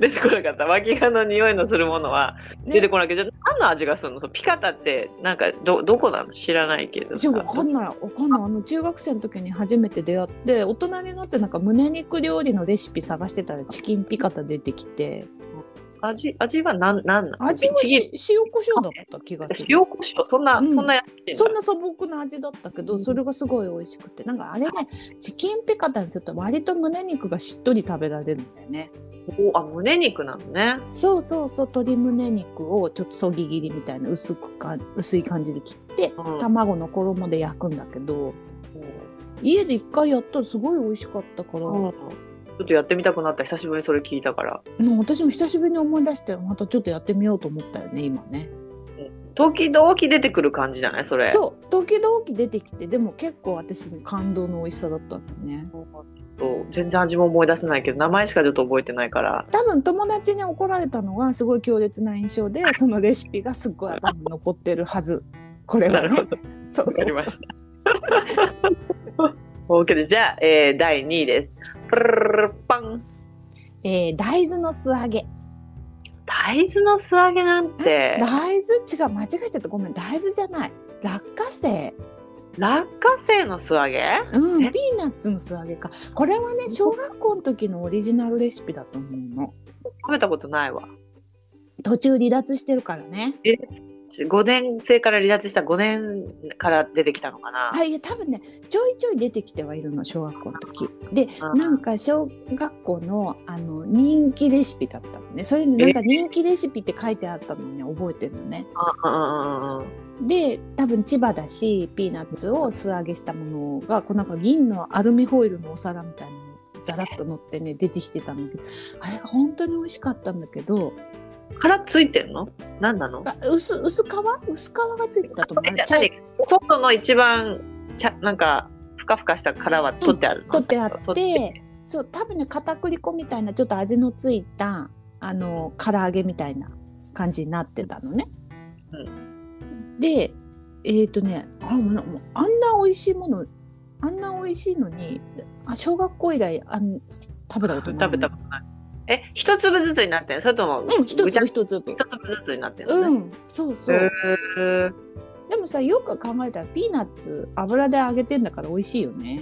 [SPEAKER 1] 出てこなかった脇がの匂いのするものは出て
[SPEAKER 2] ね、
[SPEAKER 1] こないけど、じゃあ何の味がするのそうピカタってなんかどどこなの知らないけど
[SPEAKER 2] じ
[SPEAKER 1] さ
[SPEAKER 2] ゃわかんないわかんないあの中学生の時に初めて出会って大人になってなんか胸肉料理のレシピ探してたらチキンピカタ出てきて
[SPEAKER 1] 味味はなんなんなん
[SPEAKER 2] 味は
[SPEAKER 1] ちぎ
[SPEAKER 2] し塩コショウだった気がする
[SPEAKER 1] 塩コショウそんな、
[SPEAKER 2] うん
[SPEAKER 1] そんなやつしてんだ
[SPEAKER 2] そんな素朴な味だったけど、
[SPEAKER 1] うん
[SPEAKER 2] それがすごい美味しくてなんかあれねチキンピカタにすると割と胸肉がしっとり食べられるんだよね
[SPEAKER 1] おあ胸肉なのね
[SPEAKER 2] そうそうそう鶏胸肉をちょっとそぎ切りみたいな薄くか薄い感じで切って、
[SPEAKER 1] うん
[SPEAKER 2] 卵の衣で焼くんだけど家で一回やったらすごい美味しかったから、
[SPEAKER 1] うんちょっとやってみたくなった久しぶりにそれ聞いたから
[SPEAKER 2] もう私も久しぶりに思い出してまたちょっとやってみようと思ったよね今ね
[SPEAKER 1] 時々出てくる感じじゃないそれ
[SPEAKER 2] そう時々出てきてでも結構私の感動の美味しさだったんだよね
[SPEAKER 1] そう全然味も思い出せないけど名前しかちょっと覚えてないから
[SPEAKER 2] 多分友達に怒られたのがすごい強烈な印象でそのレシピがすっごい頭に残ってるはずこれ
[SPEAKER 1] な
[SPEAKER 2] は
[SPEAKER 1] る
[SPEAKER 2] ね
[SPEAKER 1] ほど
[SPEAKER 2] そう
[SPEAKER 1] わ
[SPEAKER 2] そ
[SPEAKER 1] か
[SPEAKER 2] う
[SPEAKER 1] り
[SPEAKER 2] そう
[SPEAKER 1] ました OK ですじゃあ、えー第2位ですプルルルルパン
[SPEAKER 2] えー大豆の素揚げ
[SPEAKER 1] 大豆の素揚げなんて
[SPEAKER 2] 大豆違う間違えちゃったごめん大豆じゃない落花生
[SPEAKER 1] 落花生の素揚げ
[SPEAKER 2] う
[SPEAKER 1] え
[SPEAKER 2] んピーナッツの素揚げかこれはね小学校の時のオリジナルレシピだと思うの
[SPEAKER 1] 食べたことないわ
[SPEAKER 2] 途中離脱してるからね
[SPEAKER 1] 5年生から離脱した5年から出てきたのかな、
[SPEAKER 2] はい、いや多分ねちょいちょい出てきてはいるの小学校の時で
[SPEAKER 1] あー
[SPEAKER 2] なんか小学校のあの人気レシピだったのねそれになんか人気レシピって書いてあったのね覚えてるのね
[SPEAKER 1] うんうんうんうん
[SPEAKER 2] で多分千葉だしピーナッツを素揚げしたものがこうなんか銀のアルミホイルのお皿みたいなのにザラッと乗ってね出てきてたんだけどあれが本当に美味しかったんだけど
[SPEAKER 1] 殻ついてんの何なの
[SPEAKER 2] あ薄薄皮薄皮がついてたと思うあれ
[SPEAKER 1] じゃあ
[SPEAKER 2] 茶い
[SPEAKER 1] 何外の一番ちゃなんかふかふかした殻は取ってあるの、
[SPEAKER 2] 取ってあっ
[SPEAKER 1] 取
[SPEAKER 2] てそう多分ね片栗粉みたいなちょっと味のついたあの唐揚げみたいな感じになってたのね。
[SPEAKER 1] う
[SPEAKER 2] でえっ、とねあもうなもうあんな美味しいものあんな美味しいのにあ小学校以来あん食べたことない
[SPEAKER 1] 食べたことないえ一粒ずつになってんのそれとも
[SPEAKER 2] うん一
[SPEAKER 1] ぐちゃ
[SPEAKER 2] 粒一粒
[SPEAKER 1] 一粒ずつになってんの、
[SPEAKER 2] う
[SPEAKER 1] ね
[SPEAKER 2] んそうそう、
[SPEAKER 1] へー
[SPEAKER 2] でもさよく考えたらピーナッツ油で揚げてんだから美味しいよね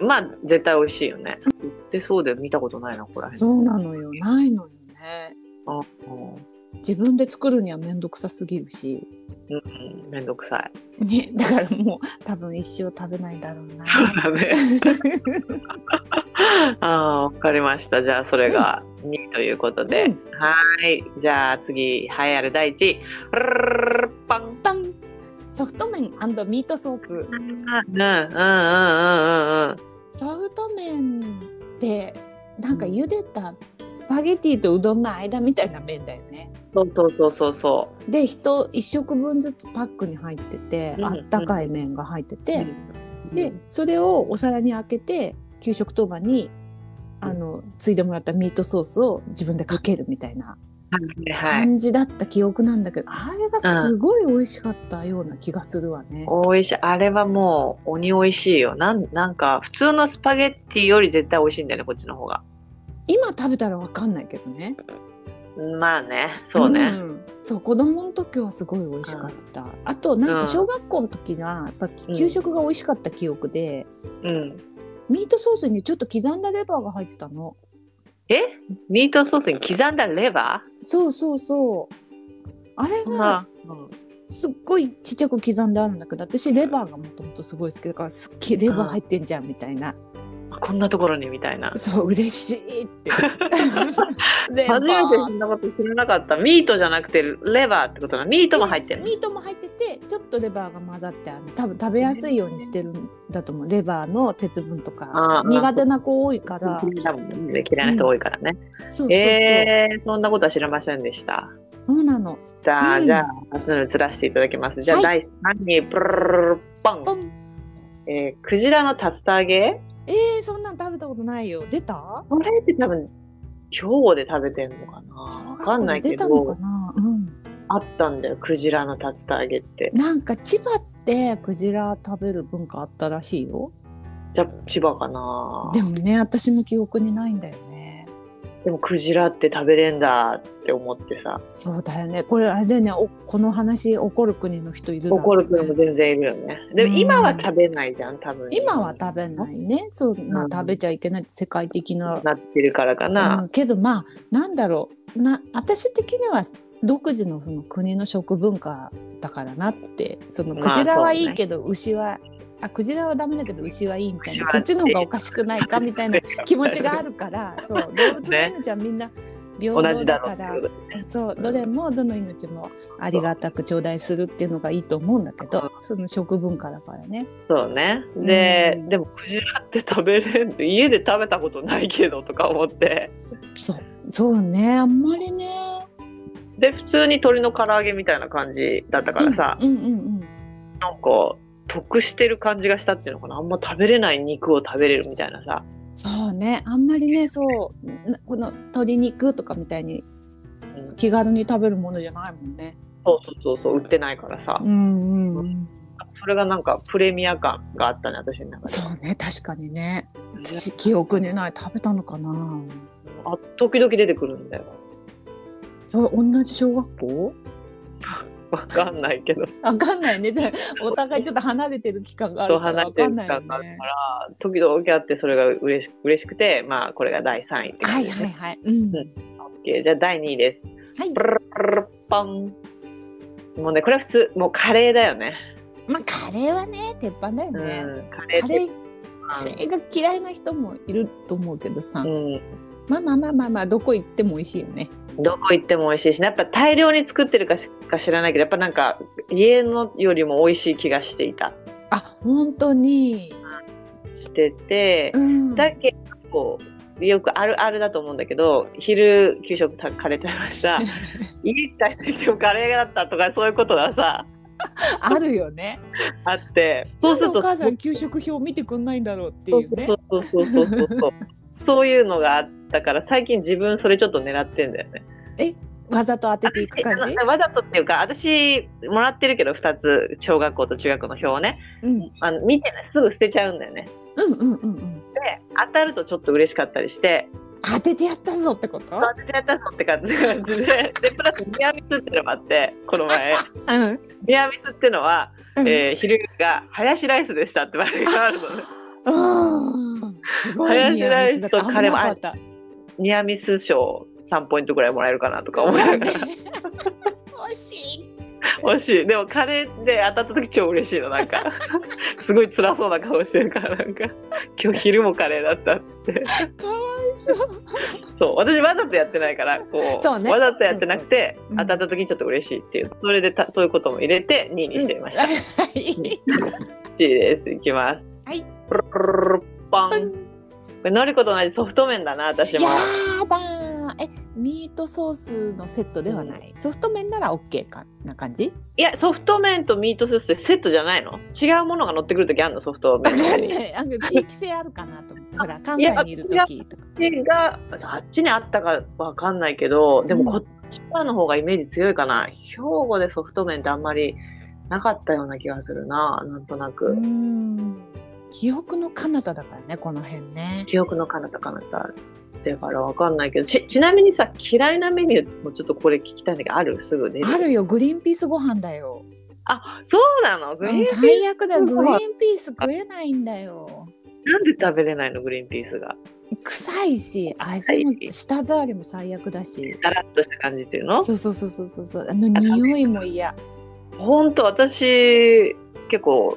[SPEAKER 1] まあ絶対美味しいよね売ってそうで見たことないなここら辺
[SPEAKER 2] そうなのよないのよね
[SPEAKER 1] うん
[SPEAKER 2] 自分で作るには面倒くさすぎるし
[SPEAKER 1] うん、めんどくさい。 [LAUGHS]
[SPEAKER 2] ね、だからもう多分一生食べないだろうな。
[SPEAKER 1] そうだね。ああ、わかりました。じゃあ、それが2ということで。
[SPEAKER 2] うん
[SPEAKER 1] はーい。じゃあ、次、栄えある第1位。パン。
[SPEAKER 2] パンソフト麺ミートソース。
[SPEAKER 1] うん、うん、うん、うん、うん。
[SPEAKER 2] ソフト麺ってなんか茹でたスパゲティとうどんの間みたいな麺だよね。
[SPEAKER 1] そうそうそうそうそ
[SPEAKER 2] で人1食分ずつパックに入ってて
[SPEAKER 1] うん
[SPEAKER 2] あったかい麺が入って
[SPEAKER 1] う。
[SPEAKER 2] て、
[SPEAKER 1] うん
[SPEAKER 2] で、それをお皿に開けて給食当番にあのついでもらったミートソースを自分でかけるみたいな。
[SPEAKER 1] はいはい
[SPEAKER 2] 感じだった記憶なんだけど、あれがすごい美味しかったような気がするわね。
[SPEAKER 1] 美味しいあれはもう鬼美味しいよなんなんか普通のスパゲッティより絶対美味しいんだよねこっちの方が
[SPEAKER 2] 今食べたらわかんないけどね。
[SPEAKER 1] まあねそうね、
[SPEAKER 2] んそう子供の時はすごい美味しかった。あとなん
[SPEAKER 1] うん
[SPEAKER 2] か小学校の時はやっぱ給食が美味しかった記憶で、
[SPEAKER 1] うん
[SPEAKER 2] ミートソースにちょっと刻んだレバーが入ってたの。
[SPEAKER 1] えミートソースに刻んだレバ
[SPEAKER 2] そうそうそう。あれ
[SPEAKER 1] ー、そん
[SPEAKER 2] が
[SPEAKER 1] なうん
[SPEAKER 2] すっごいちっちゃく刻んであるんだけど私レバーがもともとすごい好きだからすっげえレバー入ってんじゃんみたいな、
[SPEAKER 1] こんなところにみたいな
[SPEAKER 2] そう嬉しいって
[SPEAKER 1] [LAUGHS]
[SPEAKER 2] レバー
[SPEAKER 1] 初めてそんなこと知らなかったミートじゃなくてレバーってことなミートも入ってる
[SPEAKER 2] ミートも入っててちょっとレバーが混ざってある多分食べやすいようにしてるんだと思うレバーの鉄分と
[SPEAKER 1] あ
[SPEAKER 2] か
[SPEAKER 1] ー
[SPEAKER 2] 苦手な子多いから
[SPEAKER 1] 嫌いだもんね嫌いな人多いからね、
[SPEAKER 2] そうそうそう、
[SPEAKER 1] えー、そんなことは知らませんでした
[SPEAKER 2] そうなの
[SPEAKER 1] じゃあ、
[SPEAKER 2] うん
[SPEAKER 1] じゃあ明日の移らせていただきますじゃあ、
[SPEAKER 2] は
[SPEAKER 1] 第3位プルルルルポン
[SPEAKER 2] ポン
[SPEAKER 1] えークジラの竜田揚げ
[SPEAKER 2] えー、そんなん食べたことないよ出た
[SPEAKER 1] これって多分兵庫で食べてんのかなわかんないけ
[SPEAKER 2] 出たの
[SPEAKER 1] ど
[SPEAKER 2] かな、うん、
[SPEAKER 1] あったんだよクジラの竜田揚げって
[SPEAKER 2] なんか千葉ってクジラ食べる文化あったらしいよ
[SPEAKER 1] じゃあ千葉かな
[SPEAKER 2] でもね私も記憶にないんだよね
[SPEAKER 1] でもクジラって食べれんだって思ってさ
[SPEAKER 2] そうだよねこれあれだよねおこの話怒る国の人いるだろうね
[SPEAKER 1] 怒る子も全然いるよね。で
[SPEAKER 2] うん
[SPEAKER 1] も今は食べないじゃん、多分。
[SPEAKER 2] 今は食べないねそんな
[SPEAKER 1] うん
[SPEAKER 2] 食べちゃいけないって世界的な
[SPEAKER 1] なってるからかな。
[SPEAKER 2] うんけどまあなんだろうな私的には独自のその国の食文化だからなってその
[SPEAKER 1] ま
[SPEAKER 2] ク
[SPEAKER 1] あ
[SPEAKER 2] ジラはい
[SPEAKER 1] そう
[SPEAKER 2] い
[SPEAKER 1] ね
[SPEAKER 2] けど牛は、あクジラはダメだけど牛はいいみたい
[SPEAKER 1] 牛
[SPEAKER 2] な
[SPEAKER 1] は
[SPEAKER 2] そっちの方がおかしくないかみたい [LAUGHS] な気持ちがあるから [LAUGHS] そう動物の
[SPEAKER 1] ね
[SPEAKER 2] 命はみんな平
[SPEAKER 1] 同
[SPEAKER 2] 等
[SPEAKER 1] じ
[SPEAKER 2] だ
[SPEAKER 1] だ
[SPEAKER 2] か
[SPEAKER 1] ろうって
[SPEAKER 2] ら
[SPEAKER 1] いうこ
[SPEAKER 2] そうどれもどの命もありがたく頂戴するっていうのがいいと思うんだけどその食文化だからね。
[SPEAKER 1] とそうね。で、
[SPEAKER 2] うん
[SPEAKER 1] でもクジラって食べれんって家で食べたことないけどとか思って。
[SPEAKER 2] そうそうねあんまりね。
[SPEAKER 1] で、普通に鶏の唐揚げみたいな感じだったからさ、
[SPEAKER 2] うんうんうんうん
[SPEAKER 1] なんか得してる感じがしたっていうのかな。あんま食べれない肉を食べれるみたいなさ。
[SPEAKER 2] そうねあんまりねそうなこの鶏肉とかみたいに
[SPEAKER 1] うんそう
[SPEAKER 2] 気軽に食べるものじゃないもんね。
[SPEAKER 1] そうそうそう、売ってないからさ。
[SPEAKER 2] うんうんうん、
[SPEAKER 1] それがなんかプレミア感があったね、私の中で。
[SPEAKER 2] そうね確かにね私記憶にない食べたのかな
[SPEAKER 1] あ、時々出てくるんだよ。
[SPEAKER 2] そう同じ小学校
[SPEAKER 1] わかんないけど。
[SPEAKER 2] わかんないねじゃあお互いちょっと離れてる期間があ
[SPEAKER 1] と
[SPEAKER 2] るか
[SPEAKER 1] 話
[SPEAKER 2] らわ
[SPEAKER 1] して
[SPEAKER 2] か
[SPEAKER 1] る
[SPEAKER 2] ん
[SPEAKER 1] 時
[SPEAKER 2] ないよ
[SPEAKER 1] 間がある
[SPEAKER 2] ね
[SPEAKER 1] か。ら、時々あってそれが嬉し嬉しくて、まあこれが第3位って
[SPEAKER 2] は
[SPEAKER 1] 感
[SPEAKER 2] い
[SPEAKER 1] じです
[SPEAKER 2] はい
[SPEAKER 1] ね。
[SPEAKER 2] はい。うん、
[SPEAKER 1] うんオッケーじゃあ第2位です。
[SPEAKER 2] はい
[SPEAKER 1] プ。ルルルルパン。もうねこれは普通もうカレーだよね。
[SPEAKER 2] まあカレーはね鉄板だよ
[SPEAKER 1] う
[SPEAKER 2] ね。
[SPEAKER 1] んカレー
[SPEAKER 2] カ
[SPEAKER 1] っ
[SPEAKER 2] レ
[SPEAKER 1] て
[SPEAKER 2] ーカレーが嫌いな人もいると思うけどさ、
[SPEAKER 1] う
[SPEAKER 2] まあまあまあまあまあどこ行っても美味しいよね。
[SPEAKER 1] んどこ行っても美味しいし、やっぱ大量に作ってるかしか知らないけど、やっぱなんか家のよりも美味しい気がしていた
[SPEAKER 2] あ本当に。
[SPEAKER 1] してて、
[SPEAKER 2] うん
[SPEAKER 1] だけ構よくあるあるだと思うんだけど昼給食たカレー食べま
[SPEAKER 2] [LAUGHS]
[SPEAKER 1] した家帰ってきてもカレーだったとかそういうことがさ
[SPEAKER 2] あるよね。
[SPEAKER 1] あってそうすると
[SPEAKER 2] なんでお母さん給食表見てくんないんだろうっていうね
[SPEAKER 1] そ。うそうそうそうそうそう [LAUGHS] そういうのがあったから最近自分それちょっと狙ってんだよね。
[SPEAKER 2] わざと当てていく感じ。
[SPEAKER 1] あのわざとっていうか私もらってるけど2つ小学校と中学の表をね
[SPEAKER 2] うん、うん
[SPEAKER 1] あの見てないすぐ捨てちゃうんだよね。
[SPEAKER 2] うんうんうん。
[SPEAKER 1] で当たるとちょっと嬉しかったりして
[SPEAKER 2] 当ててやったぞってこと。
[SPEAKER 1] 当ててやったぞって感じ感じででプラスニアミスってのもあってこの前
[SPEAKER 2] うん。
[SPEAKER 1] ニアミスってのは、
[SPEAKER 2] うん
[SPEAKER 1] えー昼がハヤシライスでしたって場合があるのね。
[SPEAKER 2] うん。すごいね。
[SPEAKER 1] 林ライスとカレーも
[SPEAKER 2] あんなことあった。
[SPEAKER 1] ニアミス賞3ポイントぐらいもらえるかなとか思いながら
[SPEAKER 2] [LAUGHS] 美味しい。
[SPEAKER 1] 惜しいでもカレーで当たった時超嬉しいのなんかすごい辛そうな顔してるからなんか今日昼もカレーだったって言って
[SPEAKER 2] かわいそう。
[SPEAKER 1] そう私わざとやってないからこう
[SPEAKER 2] そうね
[SPEAKER 1] わざとやってなくて
[SPEAKER 2] うん
[SPEAKER 1] 当たった時ちょっと嬉しいっていうそれでたそういうことも入れて2位にしてみました、1
[SPEAKER 2] [LAUGHS] はい。
[SPEAKER 1] 位ですいきます
[SPEAKER 2] はい
[SPEAKER 1] プルルルルルパ
[SPEAKER 2] パ
[SPEAKER 1] ンこれのりこと同じソフト麺だな私も
[SPEAKER 2] やだーえミートソースのセットではない、ソフト麺なら OK かな感じ
[SPEAKER 1] いやソフト麺とミートソースってセットじゃないの違うものが乗ってくる時あるのソフト麺の上に
[SPEAKER 2] なんか地域 [LAUGHS] 性あるかなと思ってほら関西にいる時とか
[SPEAKER 1] こっちがあっちにあったかわかんないけどでもこっち側の方がイメージ強いかな、兵庫でソフト麺ってあんまりなかったような気がするななんとなく、
[SPEAKER 2] うーん記憶の彼方だからねこの辺ね
[SPEAKER 1] 記憶の彼方彼方だからわかんないけどちちなみにさ嫌いなメニューもちょっとこれ聞きたいんだけどあるすぐ出る
[SPEAKER 2] あるよグリーンピースご飯だよ
[SPEAKER 1] あそうなのグリーンピース
[SPEAKER 2] 最悪だよ
[SPEAKER 1] ご
[SPEAKER 2] グ
[SPEAKER 1] 飯
[SPEAKER 2] リーンピース食えないんだよ
[SPEAKER 1] なんで食べれないのグリーンピースが
[SPEAKER 2] 臭いし味も舌触りも最悪だし
[SPEAKER 1] だらっとした感じっていうの
[SPEAKER 2] そうそうそうそうそうそうあの匂いも嫌
[SPEAKER 1] ほんと私結構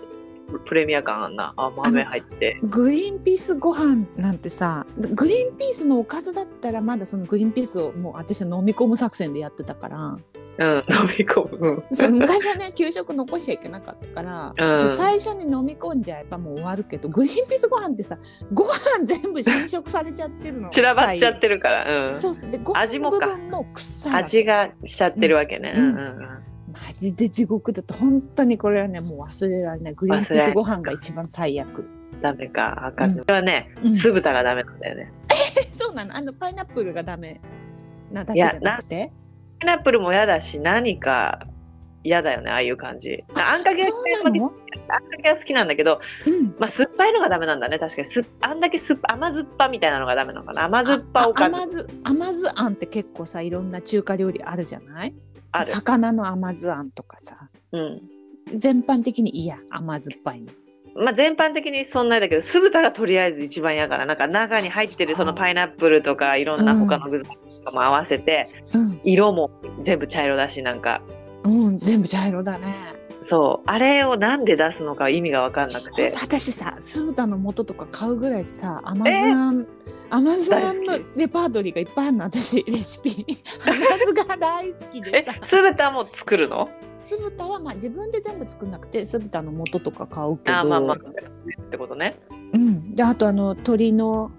[SPEAKER 1] プレミア感あんなあ豆入って
[SPEAKER 2] グリーンピースご飯なんてさグリーンピースのおかずだったらまだそのグリーンピースをもう私は飲み込む作戦でやってたから
[SPEAKER 1] うん飲み込む、うん
[SPEAKER 2] そう
[SPEAKER 1] [LAUGHS]
[SPEAKER 2] 昔はね給食残しちゃいけなかったから、
[SPEAKER 1] うん
[SPEAKER 2] そう最初に飲み込んじゃえばもう終わるけどグリーンピースご飯ってさご飯全部侵食されちゃってるの
[SPEAKER 1] 散らばっちゃって
[SPEAKER 2] る、
[SPEAKER 1] るから、うん、
[SPEAKER 2] そうっすでご
[SPEAKER 1] 味
[SPEAKER 2] 飯
[SPEAKER 1] も
[SPEAKER 2] の
[SPEAKER 1] か
[SPEAKER 2] 部分も臭いわけ
[SPEAKER 1] 味がしちゃってるわけね、う
[SPEAKER 2] う
[SPEAKER 1] う
[SPEAKER 2] んん
[SPEAKER 1] んうん
[SPEAKER 2] マジで地獄だと本当にこれはねもう忘れられないグリーンピースご飯が一番最悪
[SPEAKER 1] ダメかあかん、
[SPEAKER 2] うん
[SPEAKER 1] これはね
[SPEAKER 2] うん
[SPEAKER 1] 酢豚がダメなんだよね、
[SPEAKER 2] [LAUGHS] そうなのあのパイナップルがダメなだけじゃなくて
[SPEAKER 1] パイナップルも嫌だし何か嫌だよねああいう感じあんかけが
[SPEAKER 2] そうなの
[SPEAKER 1] あんかけが好きなんだけど、
[SPEAKER 2] うん
[SPEAKER 1] まあ、酸っぱいのがダメなんだね確かにすあんだけ酸っぱ甘酸っぱみたいなのがダメなのかな甘酸っぱおかず
[SPEAKER 2] あ甘酢甘酢あんって結構さいろんな中華料理あるじゃない
[SPEAKER 1] ある
[SPEAKER 2] 魚の甘酢あんとかさ
[SPEAKER 1] うん
[SPEAKER 2] 全般的に嫌甘酸っぱいの
[SPEAKER 1] まあ、全般的にそんなだけど酢豚がとりあえず一番嫌からなんか中に入ってる
[SPEAKER 2] そ
[SPEAKER 1] そうのパイナップルとかいろんな他の具材とかも合わせて、色も全部茶色だしなんか
[SPEAKER 2] うん、うん、全部茶色だね
[SPEAKER 1] そうあれをなんで出すのか意味が分かんなく
[SPEAKER 2] [LAUGHS]
[SPEAKER 1] て
[SPEAKER 2] 私さ酢豚の素とか買うぐらいさ甘酢あん、甘酢あんの
[SPEAKER 1] 大好
[SPEAKER 2] レパートリーがいっぱいある
[SPEAKER 1] [LAUGHS]
[SPEAKER 2] の私レシピ甘酢が大好きで
[SPEAKER 1] え
[SPEAKER 2] さ
[SPEAKER 1] 酢豚も作るの
[SPEAKER 2] 酢豚はまあ自分で全部作んなくて酢豚の素とか買うけど
[SPEAKER 1] あーまあまあってことね
[SPEAKER 2] うん、であとあの鶏の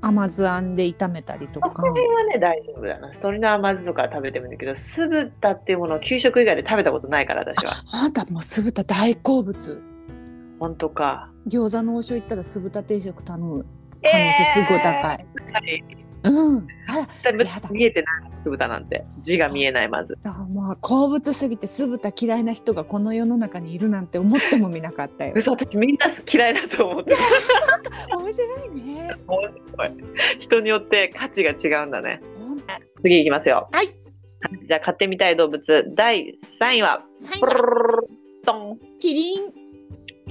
[SPEAKER 2] 甘酢あんで炒めたりと
[SPEAKER 1] こ
[SPEAKER 2] か
[SPEAKER 1] こら辺はね大丈夫だな鶏の甘酢とかは食べてもいいんだけど酢豚っていうものを給食以外で食べたことないから私は
[SPEAKER 2] あんたもう酢豚大好物
[SPEAKER 1] 本当か
[SPEAKER 2] 餃子の王将行ったら酢豚定食頼む可能性すごい高い、
[SPEAKER 1] はい
[SPEAKER 2] うんあら
[SPEAKER 1] だ
[SPEAKER 2] やだ
[SPEAKER 1] 見えてない酢豚なんて字が見えないまず
[SPEAKER 2] だからまあ好物すぎて酢豚嫌いな人がこの世の中にいるなんて思ってもみなかったよ
[SPEAKER 1] 嘘私みんな嫌いだと思ってた
[SPEAKER 2] 面白いね
[SPEAKER 1] 面白い人によって価値が違うんだね
[SPEAKER 2] ほん
[SPEAKER 1] 次いきますよ
[SPEAKER 2] はい
[SPEAKER 1] じゃあ買ってみたい動物第3位は
[SPEAKER 2] 最
[SPEAKER 1] プルル
[SPEAKER 2] 後
[SPEAKER 1] ルルトン
[SPEAKER 2] キリン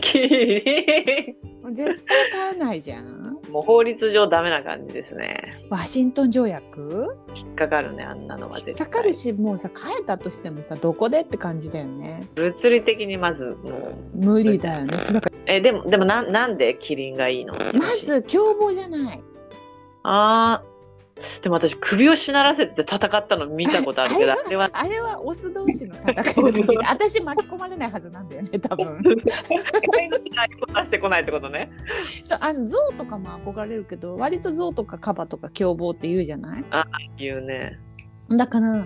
[SPEAKER 1] キリ
[SPEAKER 2] 絶対買わないじゃん
[SPEAKER 1] ンもう法律上ダメな感じですね
[SPEAKER 2] ワシントン条約
[SPEAKER 1] 引っかかるねあんなのは絶
[SPEAKER 2] 引
[SPEAKER 1] 対
[SPEAKER 2] っかかるしもうさ変えたとしてもさどこでって感じだよね
[SPEAKER 1] 物理的にまずもう
[SPEAKER 2] 無理だよねそうだから
[SPEAKER 1] えでもでもなんなんでキリンがいいの
[SPEAKER 2] まず凶暴じゃない
[SPEAKER 1] あでも私首をしならせて戦ったの見たことあるけどあれは
[SPEAKER 2] あれはオス同士の戦いの時で私巻き込まれないはずなんだよね多分
[SPEAKER 1] 使いのないことはしてこないってことね
[SPEAKER 2] そうあの象とかも憧れるけど割と象とかカバとか凶暴って言うじゃない
[SPEAKER 1] 言うね
[SPEAKER 2] だから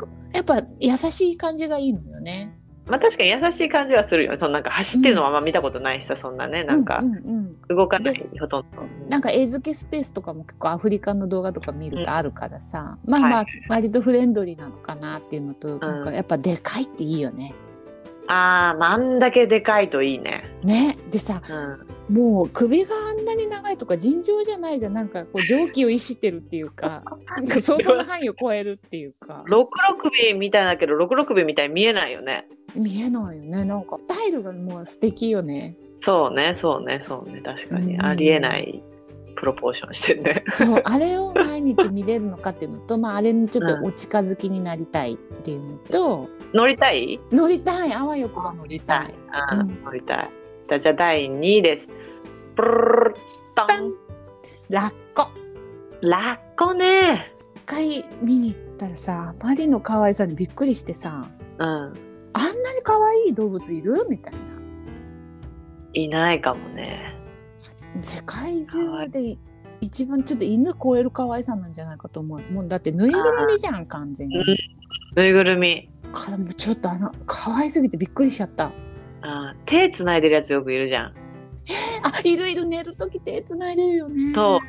[SPEAKER 2] こやっぱ優しい感じがいいのよね
[SPEAKER 1] まあ確かに優しい感じはするよねそのなんか走ってるのはあんま見たことないしさそんなねなんか
[SPEAKER 2] うんうんうん
[SPEAKER 1] 動かないほとんど
[SPEAKER 2] なんか絵付けスペースとかも結構アフリカの動画とか見るとあるからさ、まあま
[SPEAKER 1] は
[SPEAKER 2] あ割とフレンドリーなのかなっていうのと、なんかやっぱでかいっていいよね。
[SPEAKER 1] あーまああんだけでかいといいね
[SPEAKER 2] ねでさ
[SPEAKER 1] うん
[SPEAKER 2] もう首があんなに長いとか尋常じゃないじゃんなんかこう蒸気を意識してるっていう [LAUGHS] かなんか想像の範囲を超えるっていう [LAUGHS] か
[SPEAKER 1] 六六尾みたいだけど六六尾みたいに見えないよね
[SPEAKER 2] 見えないよねなんかスタイルがもう素敵よね。
[SPEAKER 1] そうねそうねそうね確かに
[SPEAKER 2] うん
[SPEAKER 1] ありえないプロポーションしてるね
[SPEAKER 2] そうあれを毎日見れるのかっていうのと、まあ、あれにちょっとお近づきになりたいっていうのと、
[SPEAKER 1] 乗りたい
[SPEAKER 2] 乗りたいあわよくば乗りたい。
[SPEAKER 1] あ
[SPEAKER 2] うん
[SPEAKER 1] ー乗りたいじゃあじゃあ第2位ですプルルルルト
[SPEAKER 2] タ
[SPEAKER 1] ン
[SPEAKER 2] ンラッコ
[SPEAKER 1] ラッコね
[SPEAKER 2] 一回見に行ったらさあまりの可愛さにびっくりしてさ
[SPEAKER 1] うん
[SPEAKER 2] あんなに可愛い動物いるみたいない
[SPEAKER 1] ないかもね
[SPEAKER 2] 世界中で一番ちょっと犬超える可愛さなんじゃないかと思うもうだってぬいぐるみじゃん完全に
[SPEAKER 1] ぬいぐるみ
[SPEAKER 2] からもうちょっとあの可愛すぎてびっくりしちゃった
[SPEAKER 1] あー手つないでるやつよくいるじゃん
[SPEAKER 2] あいるいる寝る時手つないでるよね
[SPEAKER 1] そう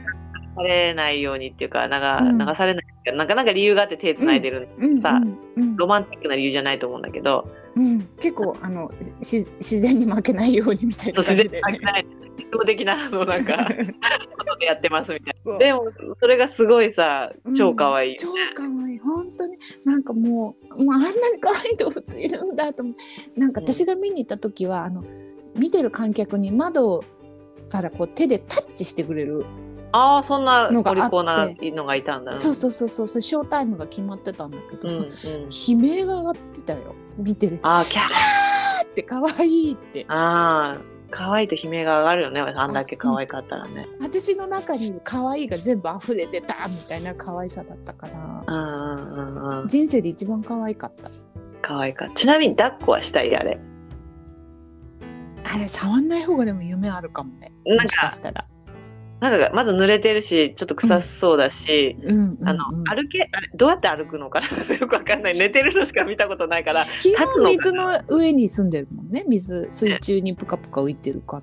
[SPEAKER 1] 流されないようにっていうかなんか
[SPEAKER 2] うん
[SPEAKER 1] 流されないっていうかなんかなんか理由があって手つないでる、
[SPEAKER 2] うんうん
[SPEAKER 1] さ
[SPEAKER 2] うん
[SPEAKER 1] ロマンティックな理由じゃないと思うんだけど
[SPEAKER 2] うん、結構あのし自然に負けないようにみたい
[SPEAKER 1] そ
[SPEAKER 2] な
[SPEAKER 1] う自然
[SPEAKER 2] 感じ
[SPEAKER 1] に
[SPEAKER 2] で、
[SPEAKER 1] 飽きない自動的なあのなんか
[SPEAKER 2] [LAUGHS]
[SPEAKER 1] ことでやってますみたい
[SPEAKER 2] そう
[SPEAKER 1] なでもそれがすごいさ超可愛い、
[SPEAKER 2] うん超可愛い本当になんかもうもうあんなに可愛い動物いるんだと思ってなんか
[SPEAKER 1] うん
[SPEAKER 2] 私が見に行った時は、あの見てる観客に窓からこう手でタッチしてくれる、
[SPEAKER 1] ああそんな
[SPEAKER 2] のが
[SPEAKER 1] お
[SPEAKER 2] あって
[SPEAKER 1] 利口なのがいたんだな
[SPEAKER 2] そうそうそうそうそうショータイムが決まってたんだけど、
[SPEAKER 1] うんう
[SPEAKER 2] そ
[SPEAKER 1] ん
[SPEAKER 2] 悲鳴が上がってたよ見てる
[SPEAKER 1] ああキャー
[SPEAKER 2] だって可愛いって
[SPEAKER 1] ああ可愛いと悲鳴が上がるよねあんだけ可愛かったらね
[SPEAKER 2] 私の中にいる可愛いが全部溢れてたみたいな可愛さだったから
[SPEAKER 1] うんうんうんうん
[SPEAKER 2] 人生で一番可愛かった
[SPEAKER 1] 可愛かったちなみに抱っこはしたいあれ
[SPEAKER 2] あれ触んない方がでも夢あるかもね
[SPEAKER 1] なんか
[SPEAKER 2] もしかしたら、
[SPEAKER 1] なんかまず濡れてるしちょっと臭そうだし、
[SPEAKER 2] うんうんうん
[SPEAKER 1] あの歩けあれどうやって歩くのかな [LAUGHS] よくわかんない寝てるのしか見たことないから
[SPEAKER 2] 基
[SPEAKER 1] 立つの
[SPEAKER 2] 本
[SPEAKER 1] か
[SPEAKER 2] 水の上に住んでるもんね水水中にぷかぷか浮いてるか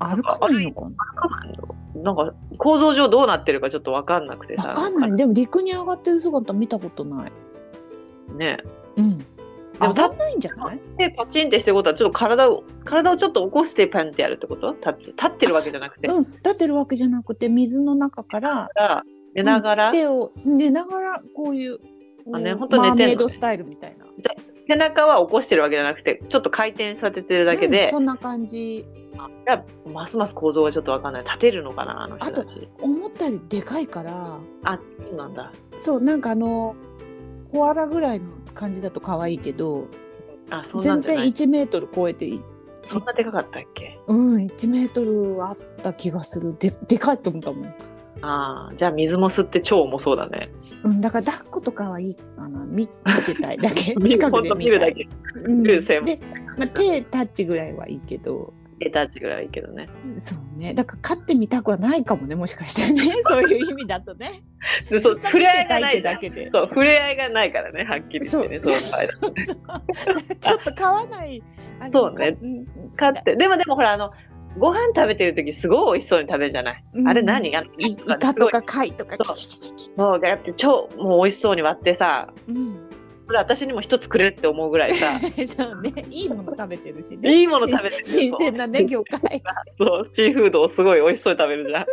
[SPEAKER 2] ら歩かないのかな
[SPEAKER 1] なんか構造上どうなってるかちょっとわかんなくてさ
[SPEAKER 2] わかんないでも陸に上がってる姿見たことない
[SPEAKER 1] ね
[SPEAKER 2] うん
[SPEAKER 1] も
[SPEAKER 2] 上がんないんじゃない
[SPEAKER 1] でパチンってしてることはちょっと体を体をちょっと起こしてパンってやるってこと立つ立ってるわけじゃなくて、
[SPEAKER 2] うん立ってるわけじゃなくて水の中から
[SPEAKER 1] が寝ながら、
[SPEAKER 2] 手を寝ながらこういう
[SPEAKER 1] あね
[SPEAKER 2] こう
[SPEAKER 1] ほんと寝てんのね
[SPEAKER 2] マーメイドスタイルみたいな
[SPEAKER 1] 背中は起こしてるわけじゃなくてちょっと回転させてるだけ
[SPEAKER 2] うん
[SPEAKER 1] で
[SPEAKER 2] そ、んな感じ
[SPEAKER 1] がますます構造がちょっとわかんない立てるのかなあの人たち
[SPEAKER 2] 思ったよりでかいから
[SPEAKER 1] あそうなんだ
[SPEAKER 2] そうなんかあのコアラぐらいの感じだと可愛いけど
[SPEAKER 1] あそうな
[SPEAKER 2] 全
[SPEAKER 1] んじゃ
[SPEAKER 2] 然
[SPEAKER 1] ない
[SPEAKER 2] 1メートル超えていい
[SPEAKER 1] そんなでかかったっけ
[SPEAKER 2] うん、1メートルはあった気がする。で、でかいと思ったもん。
[SPEAKER 1] ああじゃあ水も吸って超重そうだね
[SPEAKER 2] うん、だから抱っことかはいいかな。見見てたいだけ。近
[SPEAKER 1] ほ
[SPEAKER 2] く
[SPEAKER 1] ん
[SPEAKER 2] で
[SPEAKER 1] と [LAUGHS]
[SPEAKER 2] 見
[SPEAKER 1] 見るだけ
[SPEAKER 2] うん
[SPEAKER 1] 見る専門
[SPEAKER 2] で、まあ、手タッチぐらいはいいけど、
[SPEAKER 1] 手タッチぐらいはいいけどね
[SPEAKER 2] そうね。だから飼ってみたくはないかもね、もしかした
[SPEAKER 1] [LAUGHS]
[SPEAKER 2] らね。そういう意味だとね。
[SPEAKER 1] で
[SPEAKER 2] [LAUGHS]
[SPEAKER 1] そう触れ合いがないじゃ
[SPEAKER 2] だ
[SPEAKER 1] ん
[SPEAKER 2] けで。
[SPEAKER 1] そう触れ合いがないからねはっきり言ってねそ
[SPEAKER 2] そう
[SPEAKER 1] うの場合だと
[SPEAKER 2] [LAUGHS] ちょっと飼わない。あの
[SPEAKER 1] そうね。
[SPEAKER 2] か
[SPEAKER 1] 買ってでもでもほらあのご飯食べてる時すごい美味しそうに食べるじゃない、
[SPEAKER 2] うん
[SPEAKER 1] あれ何あの
[SPEAKER 2] いイ
[SPEAKER 1] なん
[SPEAKER 2] カ
[SPEAKER 1] すご
[SPEAKER 2] と
[SPEAKER 1] い
[SPEAKER 2] か貝とか。
[SPEAKER 1] そうもうだって超もう美味しそうに割ってさ
[SPEAKER 2] うん。 [LAUGHS]
[SPEAKER 1] これ私にも一つくれって思うぐらいさ
[SPEAKER 2] そうね。いいもの食べてるしね。
[SPEAKER 1] いいもの食べてる
[SPEAKER 2] 新鮮なね、魚
[SPEAKER 1] [LAUGHS]
[SPEAKER 2] 介。
[SPEAKER 1] そうシーフードをすごい美味しそうに食べるじゃ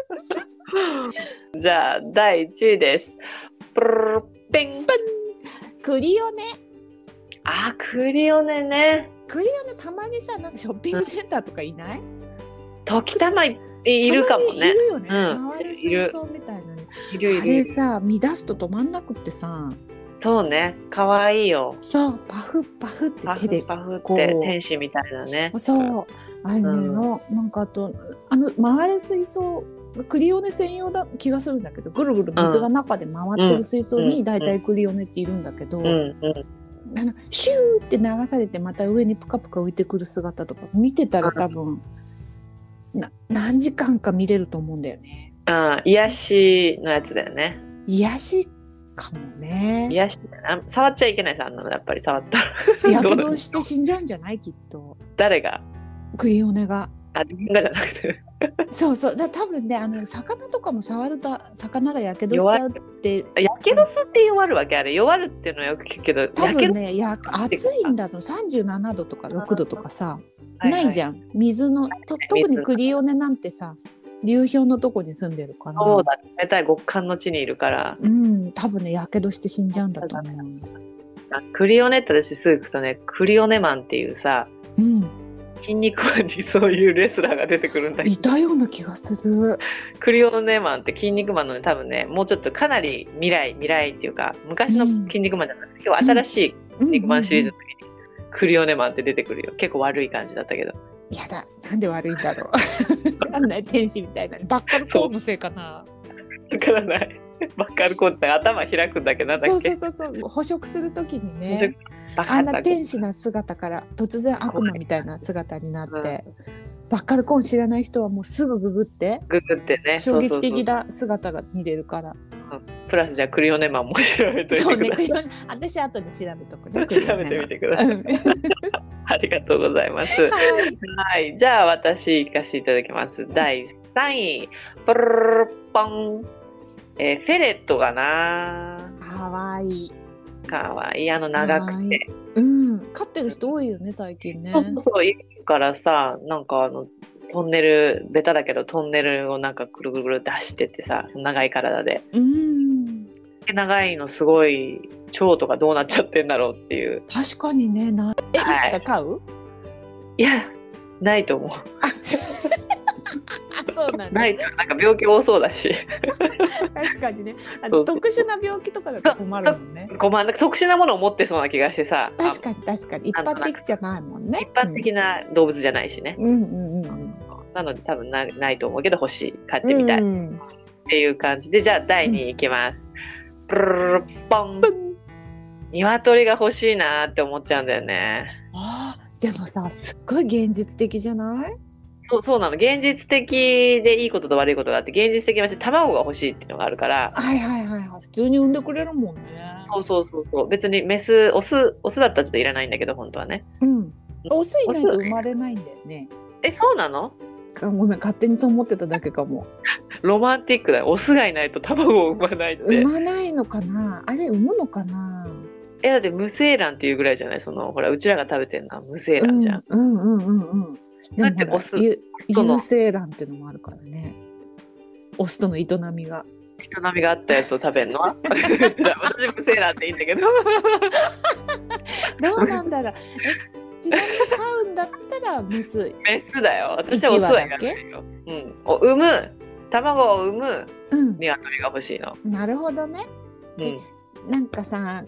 [SPEAKER 1] んじゃあ第1位ですプルルルペン
[SPEAKER 2] 栗をね。
[SPEAKER 1] あークリオネね
[SPEAKER 2] 栗はねたまにさなんかショッピングセンターとかいない、
[SPEAKER 1] 時たまいいるかも
[SPEAKER 2] たまにい
[SPEAKER 1] ね
[SPEAKER 2] るよね、
[SPEAKER 1] うん
[SPEAKER 2] 回る水槽みたいなの
[SPEAKER 1] いるい
[SPEAKER 2] あ
[SPEAKER 1] るい
[SPEAKER 2] れ
[SPEAKER 1] る
[SPEAKER 2] さ見出すと止まんなくってさ
[SPEAKER 1] そうねかわいいよ
[SPEAKER 2] そうパフパフって
[SPEAKER 1] パ
[SPEAKER 2] 手で
[SPEAKER 1] フパフっ
[SPEAKER 2] こう
[SPEAKER 1] て天使みたいなね
[SPEAKER 2] そうあれね、
[SPEAKER 1] うん
[SPEAKER 2] のなんかあとあの回る水槽クリオネ専用だ気がするんだけどぐるぐる水が中で回ってる水槽
[SPEAKER 1] う
[SPEAKER 2] に
[SPEAKER 1] ん
[SPEAKER 2] 大体クリオネっているんだけど、
[SPEAKER 1] うん
[SPEAKER 2] あのシューって流されてまた上にプカプカ浮いてくる姿とか見てたら多分な何時間か見れると思うんだよね。
[SPEAKER 1] うん、癒しのやつだよね。
[SPEAKER 2] 癒しかもね。
[SPEAKER 1] 癒しだな触っちゃいけないさ、あんなのやっぱり触ったら。
[SPEAKER 2] やけ
[SPEAKER 1] どう
[SPEAKER 2] どして死んじゃうんじゃないきっと
[SPEAKER 1] 誰が
[SPEAKER 2] クリオネが。
[SPEAKER 1] あ、自分がじゃなくて。
[SPEAKER 2] そうそうだ多分ねあの魚とかも触ると魚がやけどしちゃうって
[SPEAKER 1] やけどすって弱るわけあれ。弱るっていうのはよく聞くけど、
[SPEAKER 2] 多
[SPEAKER 1] やけ
[SPEAKER 2] 分
[SPEAKER 1] ど
[SPEAKER 2] ねや暑いんだと37度とか6度とかさ、ないじ
[SPEAKER 1] ん。
[SPEAKER 2] ゃん水のと特にクリオネなんてさ流氷のとこに住んでるから
[SPEAKER 1] そうだ、冷たい極寒の地にいるから。
[SPEAKER 2] うん多分ねやけどして死んじゃうんだと思
[SPEAKER 1] クリオネって私すぐ行くとね、クリオネマンっていうさ、
[SPEAKER 2] う、うん、
[SPEAKER 1] 筋肉マンにそういうレスラーが出てくるんだけど
[SPEAKER 2] いたような気がする
[SPEAKER 1] クリオネマンって筋肉マンのね多分ねもうちょっとかなり未来未来っていうか昔の
[SPEAKER 2] うん
[SPEAKER 1] 筋肉マンじゃなくて、今日新しい筋肉マンシリーズ
[SPEAKER 2] う
[SPEAKER 1] の時にクリオネマンって出てくるよ結構悪い感じだったけど
[SPEAKER 2] んやだなんで悪いんだろ [LAUGHS] うなんない天使みたいなバッカルコーンのせいかな
[SPEAKER 1] わからないバッカルコーンって頭開くんだっけなんだっ
[SPEAKER 2] そう
[SPEAKER 1] け
[SPEAKER 2] そうそうそう捕食するときにね
[SPEAKER 1] バカ
[SPEAKER 2] あ
[SPEAKER 1] っ
[SPEAKER 2] ん
[SPEAKER 1] た
[SPEAKER 2] な天使な姿から突然悪魔みたいな姿になって、バッカルコーン知らない人はもうすぐググって
[SPEAKER 1] ググってね
[SPEAKER 2] 衝撃的
[SPEAKER 1] そうそう
[SPEAKER 2] な姿が見れるから
[SPEAKER 1] そうプラスじゃあクリオネマンも調べといて
[SPEAKER 2] そう
[SPEAKER 1] く
[SPEAKER 2] ね
[SPEAKER 1] ださい、
[SPEAKER 2] クリオネ私後で調べとくね
[SPEAKER 1] [LAUGHS] 調べてみてください、
[SPEAKER 2] クリオネ
[SPEAKER 1] ありがとうございます
[SPEAKER 2] うんはい
[SPEAKER 1] はいじゃあ私行かせていただきます第3位プルルルルポン、えーフェレットかな
[SPEAKER 2] かわいい
[SPEAKER 1] かわいいあの長
[SPEAKER 2] かわ
[SPEAKER 1] く
[SPEAKER 2] いい
[SPEAKER 1] て
[SPEAKER 2] うん飼ってる人多いよね最近ね
[SPEAKER 1] そうそうそういるからさなんかあのトンネルベタだけどトンネルをなんかぐるぐるぐる出してってさその長い体で
[SPEAKER 2] うん
[SPEAKER 1] で長いのすごい腸とかどうなっちゃってんだろうっていう
[SPEAKER 2] 確かにねなえ、
[SPEAKER 1] はい
[SPEAKER 2] い、つか飼う
[SPEAKER 1] いやないと思う
[SPEAKER 2] ああ [LAUGHS] そうなんだ
[SPEAKER 1] ないなんか病気多そうだし
[SPEAKER 2] 確かにねあ
[SPEAKER 1] そ
[SPEAKER 2] の
[SPEAKER 1] うそう
[SPEAKER 2] 特殊な病気とかだと困るもんね
[SPEAKER 1] こうまあなんか特殊なものを持ってそうな気がしてさあ
[SPEAKER 2] 確かに確かに一般的じゃないもんね
[SPEAKER 1] 一般的な動物じゃないしね、
[SPEAKER 2] うんうんうんうん
[SPEAKER 1] なので多分なないと思うけど欲しい買っ
[SPEAKER 2] う
[SPEAKER 1] てみたいっ
[SPEAKER 2] ん
[SPEAKER 1] ていう感じで、じゃあ第2位いきます、プルルルルポン鶏が欲しいなーって思っちゃうんだよね
[SPEAKER 2] あーでもさすっごい現実的じゃない
[SPEAKER 1] そうそうなの現実的でいいことと悪いことがあって現実的に私卵が欲しいっていうのがあるから
[SPEAKER 2] はいはいはいはい普通に産んでくれるもんね
[SPEAKER 1] そうそうそうそう別にメスオスオスだったらちょっといらないんだけど本当はね
[SPEAKER 2] うんオスいないと
[SPEAKER 1] オス
[SPEAKER 2] 生まれないんだよね
[SPEAKER 1] えそうなの
[SPEAKER 2] あごめん勝手にそう思ってただけかも
[SPEAKER 1] ロマンティックだよオスがいないと卵を産まないって、
[SPEAKER 2] 産まないのかなあれ産むのかな
[SPEAKER 1] えだって無精卵っていうぐらいじゃないそのほらうちらが食べてるのは無精
[SPEAKER 2] う
[SPEAKER 1] 卵
[SPEAKER 2] ん
[SPEAKER 1] じゃん、
[SPEAKER 2] うんうんうんうんで
[SPEAKER 1] だ
[SPEAKER 2] も
[SPEAKER 1] って
[SPEAKER 2] ほら
[SPEAKER 1] オス
[SPEAKER 2] 有
[SPEAKER 1] との
[SPEAKER 2] 有精卵ってのもあるからねオスとの営みが
[SPEAKER 1] 営みがあったやつを食べるの
[SPEAKER 2] [LAUGHS]
[SPEAKER 1] はうちら私無精卵っていいんだけど [LAUGHS]
[SPEAKER 2] どうなんだろう。えちなみに飼うんだったらメス。
[SPEAKER 1] メスだよ私はオスはいらないよ、うん、を産む卵を産む
[SPEAKER 2] うん。
[SPEAKER 1] 鶏が欲しいの、
[SPEAKER 2] なるほどね。
[SPEAKER 1] うん、
[SPEAKER 2] なんかさ、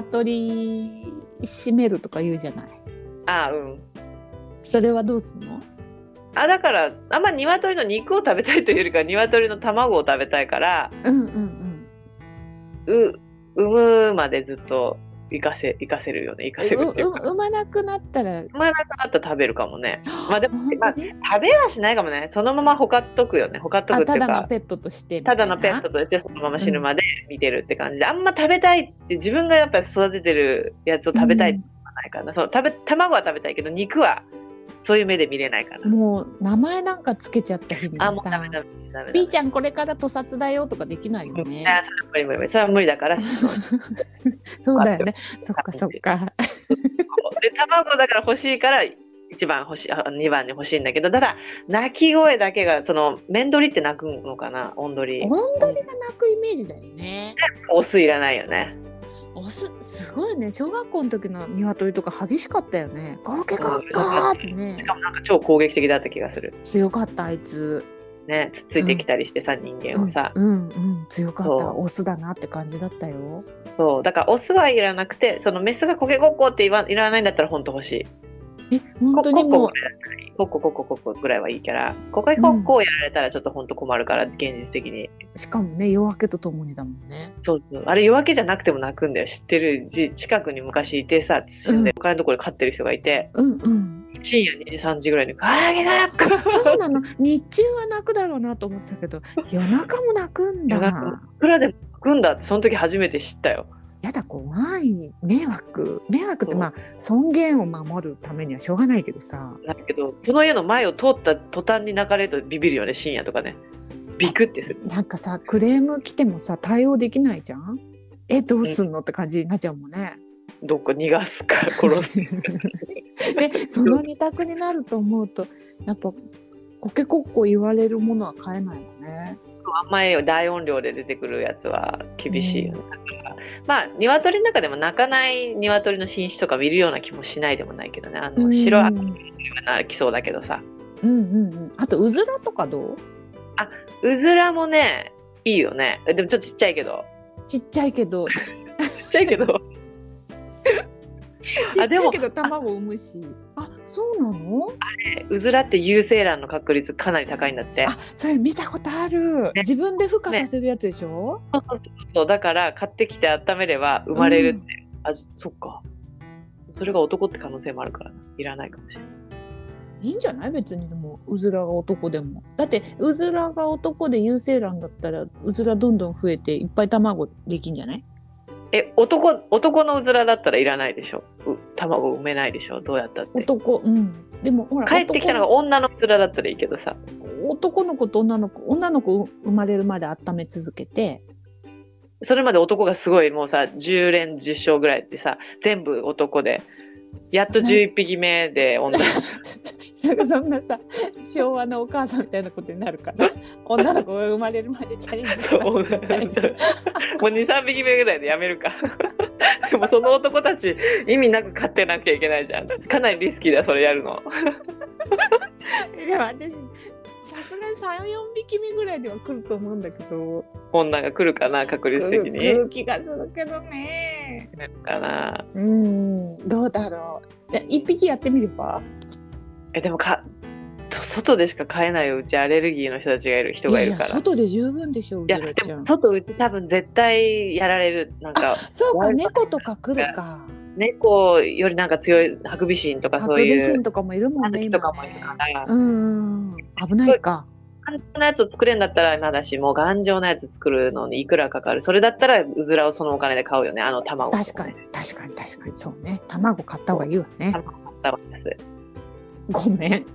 [SPEAKER 2] 鶏閉めるとか言うじゃない。
[SPEAKER 1] あうん
[SPEAKER 2] それはどうすんの？
[SPEAKER 1] あだからあんま鶏の肉を食べたいというよりか鶏の卵を食べたいから
[SPEAKER 2] うんうんうん。
[SPEAKER 1] う産むまでずっと生かせ生かせるよね生かせるっていう
[SPEAKER 2] うう
[SPEAKER 1] か
[SPEAKER 2] 産まなくなったら。
[SPEAKER 1] 産まなくなったら食べるかもねまあでも
[SPEAKER 2] 本
[SPEAKER 1] まあ
[SPEAKER 2] 当に
[SPEAKER 1] 食べはしないかもねそのままほかっとくよねほかっとく
[SPEAKER 2] あ
[SPEAKER 1] ってい
[SPEAKER 2] た
[SPEAKER 1] う
[SPEAKER 2] だ
[SPEAKER 1] か
[SPEAKER 2] のペットとしてみい
[SPEAKER 1] た
[SPEAKER 2] な
[SPEAKER 1] だのペットとしてそのまま死ぬまで見てるって感じで、あんま食べたいって自分がやっぱり育ててるやつを食べたいって思わないからな、その食べ卵は食べたいけど肉はそういう目で見れないから、
[SPEAKER 2] もう名前なんかつけちゃった日に
[SPEAKER 1] あもうダ
[SPEAKER 2] さ
[SPEAKER 1] メダメダメダメ
[SPEAKER 2] ピーちゃんこれから屠殺だよとかできないよね
[SPEAKER 1] あそれは無理無理無理それは無理だから
[SPEAKER 2] [LAUGHS] そうだよねそっかそっか
[SPEAKER 1] で卵だから欲しいから1番欲しいあ2番に欲しいんだけどただ鳴き声だけがその面取りって鳴くのかな音取り
[SPEAKER 2] 本当にが泣くイメージだよね
[SPEAKER 1] オスいらないよね
[SPEAKER 2] おすすごいね小学校の時の鶏とか激しかったよねゴロケガッガーってね
[SPEAKER 1] しかもなんか超攻撃的だった気がする
[SPEAKER 2] 強かったあいつ
[SPEAKER 1] ねつっついてきたりしてさ、人間をさ、
[SPEAKER 2] うんうん強かっ
[SPEAKER 1] そ
[SPEAKER 2] た
[SPEAKER 1] う
[SPEAKER 2] オスだなって感じだったよ
[SPEAKER 1] そうだからオスはいらなくてそのメスがコケコッコーって言わいらないんだったら本当欲しい
[SPEAKER 2] え本当にもう
[SPEAKER 1] ここここここここぐらいはいいからここここをやられたらちょっと本当困るから現実的に、
[SPEAKER 2] しかもね夜明けとともにだもんね。
[SPEAKER 1] そうそうあれ夜明けじゃなくても泣くんだよ知ってるし近くに昔いてさ死んで他のところで飼ってる人がいて、
[SPEAKER 2] うんうん。
[SPEAKER 1] 深夜2時3時ぐらいに「あげが!」
[SPEAKER 2] そうなの日中は泣くだろうなと思ってたけど夜中も泣くんだ。
[SPEAKER 1] 夜中い [LAUGHS] くらでも泣くんだってその時初めて知ったよ。
[SPEAKER 2] やだ怖い迷惑迷惑っ
[SPEAKER 1] そ
[SPEAKER 2] て
[SPEAKER 1] う
[SPEAKER 2] まあ尊厳を守るためにはしょうがないけどさ
[SPEAKER 1] だけどその家の前を通った途端に泣かれるとビビるよね深夜とかね。ビクってする。
[SPEAKER 2] なんかさクレーム来てもさ対応できないじゃんえどうすんのって感じになっちゃうもんね。
[SPEAKER 1] どっか逃がすか殺す。
[SPEAKER 2] [LAUGHS] でその二択になると思うとやっぱコケコッコ言われるものは買えないよね。
[SPEAKER 1] 甘えを大音量で出てくるやつは厳しいよね。まあ鶏の中でも泣かない鶏の品種とか見るような気もしないでもないけどねあの白
[SPEAKER 2] う
[SPEAKER 1] 赤
[SPEAKER 2] ん
[SPEAKER 1] が泣きそうだけどさ
[SPEAKER 2] うんうんうん。あとうずらとかどう？
[SPEAKER 1] うずらもねいいよねでもちょっとちっちゃいけど
[SPEAKER 2] ちっちゃいけど、
[SPEAKER 1] ちっちゃいけど
[SPEAKER 2] ちっちゃいけど卵産むし。あ、そうなの？
[SPEAKER 1] [LAUGHS] うずらって有精卵の確率かなり高いんだって
[SPEAKER 2] あ、それ見たことある。自分で孵化させるやつでしょ？
[SPEAKER 1] そうそうそうだから買ってきて温めれば生まれるって、あそっかそれが男って可能性もあるからないらないかもしれない
[SPEAKER 2] いいんじゃない？別にでもうずらが男でも。だってうずらが男で有精卵だったらうずらどんどん増えていっぱい卵できんじゃない？
[SPEAKER 1] え男男のうずらだったらいらないでしょう卵産めないでしょどうやったって
[SPEAKER 2] 男、うん。でもほら
[SPEAKER 1] 帰ってきたのが女のうずらだったらいいけどさ
[SPEAKER 2] 男の子と女の子女の子生まれるまで温め続けて
[SPEAKER 1] それまで男がすごいもうさ10連10勝ぐらいってさ全部男でやっと11匹目で女
[SPEAKER 2] そ [LAUGHS] んなさ昭和のお母さんみたいなことになるから女の子が生まれるまでチャレンジし
[SPEAKER 1] そう
[SPEAKER 2] ます
[SPEAKER 1] もう
[SPEAKER 2] み
[SPEAKER 1] [LAUGHS]
[SPEAKER 2] たいな
[SPEAKER 1] 23匹目ぐらいでやめるか [LAUGHS] でもその男たち意味なく飼ってなきゃいけないじゃんかなりリスキーだそれやるの
[SPEAKER 2] でも私さすがに34匹目ぐらいでは来ると思うんだけど
[SPEAKER 1] 女が来るかな確率
[SPEAKER 2] 来
[SPEAKER 1] 的
[SPEAKER 2] る
[SPEAKER 1] に
[SPEAKER 2] 気がするけどね
[SPEAKER 1] 来るかな
[SPEAKER 2] うんどうだろうで一匹やってみれば
[SPEAKER 1] えでもかと外でしか飼えないうちアレルギーの人たちがいる人がいるからい
[SPEAKER 2] 外で十分でしょう
[SPEAKER 1] や
[SPEAKER 2] ずらち
[SPEAKER 1] で
[SPEAKER 2] ゃん
[SPEAKER 1] も外うち多分絶対やられるなんか
[SPEAKER 2] そう
[SPEAKER 1] ワ
[SPEAKER 2] か
[SPEAKER 1] イルド
[SPEAKER 2] 猫とか来るか
[SPEAKER 1] 猫よりなんか強いハクビシンとか
[SPEAKER 2] ハ
[SPEAKER 1] そう
[SPEAKER 2] クビ
[SPEAKER 1] い
[SPEAKER 2] シ
[SPEAKER 1] う
[SPEAKER 2] ンとかもいるも
[SPEAKER 1] タ
[SPEAKER 2] ん
[SPEAKER 1] ヌ
[SPEAKER 2] ね
[SPEAKER 1] キ
[SPEAKER 2] 今
[SPEAKER 1] とかもいる
[SPEAKER 2] ね
[SPEAKER 1] から
[SPEAKER 2] うんうん危ないか。
[SPEAKER 1] 簡単なやつを作れんだったらまだしもう頑丈なやつ作るのにいくらかかるそれだったらうずらをそのお金で買うよねあの卵
[SPEAKER 2] 確かに確かに確かにそうね。卵買った方がいいわね。
[SPEAKER 1] 卵買ったわけです
[SPEAKER 2] ご
[SPEAKER 1] [LAUGHS]
[SPEAKER 2] めん。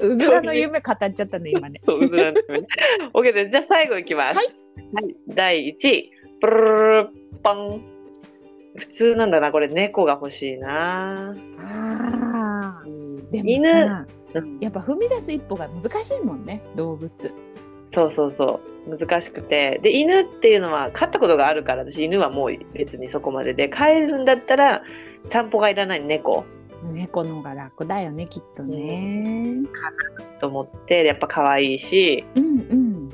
[SPEAKER 2] うずらの夢語っちゃったね今ね。
[SPEAKER 1] そううずらのために OK ですじゃあ最後いきます
[SPEAKER 2] はい
[SPEAKER 1] はい、第1位プルルルパン普通なんだなこれ猫が欲しいな
[SPEAKER 2] ああ。でも
[SPEAKER 1] 犬
[SPEAKER 2] さ、
[SPEAKER 1] うん
[SPEAKER 2] やっぱ踏み出す一歩が難しいもんね動物。
[SPEAKER 1] そうそうそう難しくてで犬っていうのは飼ったことがあるから私犬はもう別にそこまでで飼えるんだったら散歩がいらない猫
[SPEAKER 2] 猫の方が楽だよねきっとね。
[SPEAKER 1] と思ってやっぱ可愛いし
[SPEAKER 2] うんうん。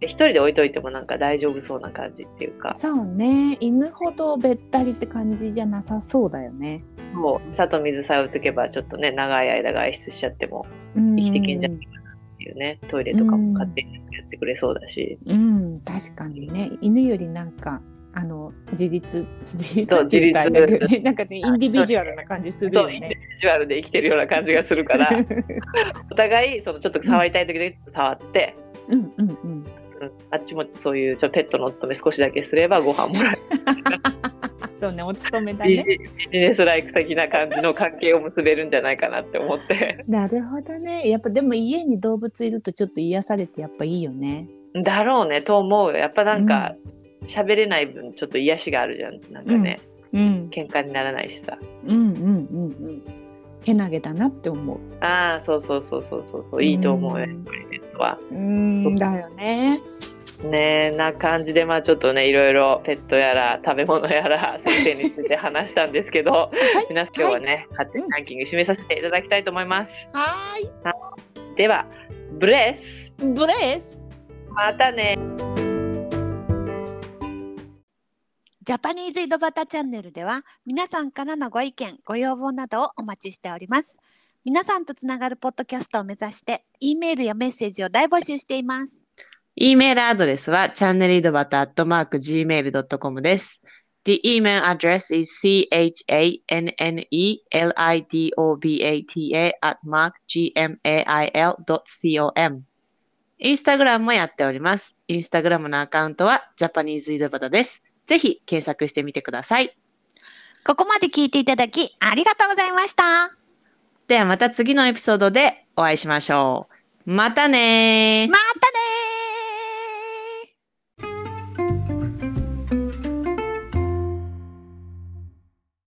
[SPEAKER 1] で一人で置いといてもなんか大丈夫そうな感じっていうか
[SPEAKER 2] そうね犬ほどべったりって感じじゃなさそうだよね。
[SPEAKER 1] もう砂と水さえ置いとけばちょっとね長い間外出しちゃっても
[SPEAKER 2] 生
[SPEAKER 1] 生きてけんじゃないかなっていうねトイレとかも勝手にやってくれそうだし
[SPEAKER 2] うん、確かにね犬よりなんかあの自立自立
[SPEAKER 1] そう
[SPEAKER 2] って言ったらあれだけどね [LAUGHS] なんかねイ
[SPEAKER 1] はい
[SPEAKER 2] ンディビジュアルな感じするよね。
[SPEAKER 1] ビジュアルで生きてるような感じがするから [LAUGHS] お互いそのちょっと触りたい時だけちょっと触って。
[SPEAKER 2] [LAUGHS] うんうんうん。
[SPEAKER 1] うんあっちもそういうちょペットのお勤め少しだけすればご飯もらえる
[SPEAKER 2] あそうねお勤めだ
[SPEAKER 1] ビジ
[SPEAKER 2] ね。
[SPEAKER 1] ビジネスライク的な感じの関係を結べるんじゃないかなって思って [LAUGHS]
[SPEAKER 2] なるほどね。やっぱでも家に動物いるとちょっと癒されてやっぱいいよね。
[SPEAKER 1] だろうねと思うよやっぱなんか喋、れない分ちょっと癒しがあるじゃんなんかね、
[SPEAKER 2] うん
[SPEAKER 1] 喧嘩にならないしさ
[SPEAKER 2] うんうんうんうん。けなげだなって思う。
[SPEAKER 1] ああそうそうそうそうそうそういいと思うよやっぱりペットは
[SPEAKER 2] うんだよね。
[SPEAKER 1] ねえな感じでまあちょっとねいろいろペットやら食べ物や
[SPEAKER 2] [LAUGHS]
[SPEAKER 1] ら先生について話したんですけど
[SPEAKER 2] はい
[SPEAKER 1] 皆さん今日はね、勝手にランキング締めさせていただきたいと思います
[SPEAKER 2] はーい
[SPEAKER 1] ではブレス
[SPEAKER 2] ブレス。
[SPEAKER 1] またね
[SPEAKER 2] ジャパニーズ井戸端チャンネルでは皆さんからのご意見ご要望などをお待ちしております皆さんとつながるポッドキャストを目指して E メールやメッセージを大募集しています
[SPEAKER 1] E メールアドレスは channelidobata.gmail.com です。The email address is chanelidobata at mark gmail.com。インスタグラムもやっております。インスタグラムのアカウントはジャパニーズイドバタです。ぜひ検索してみてください。
[SPEAKER 2] ここまで聞いていただきありがとうございました
[SPEAKER 1] ではまた次のエピソードでお会いしましょう。またねー。
[SPEAKER 2] また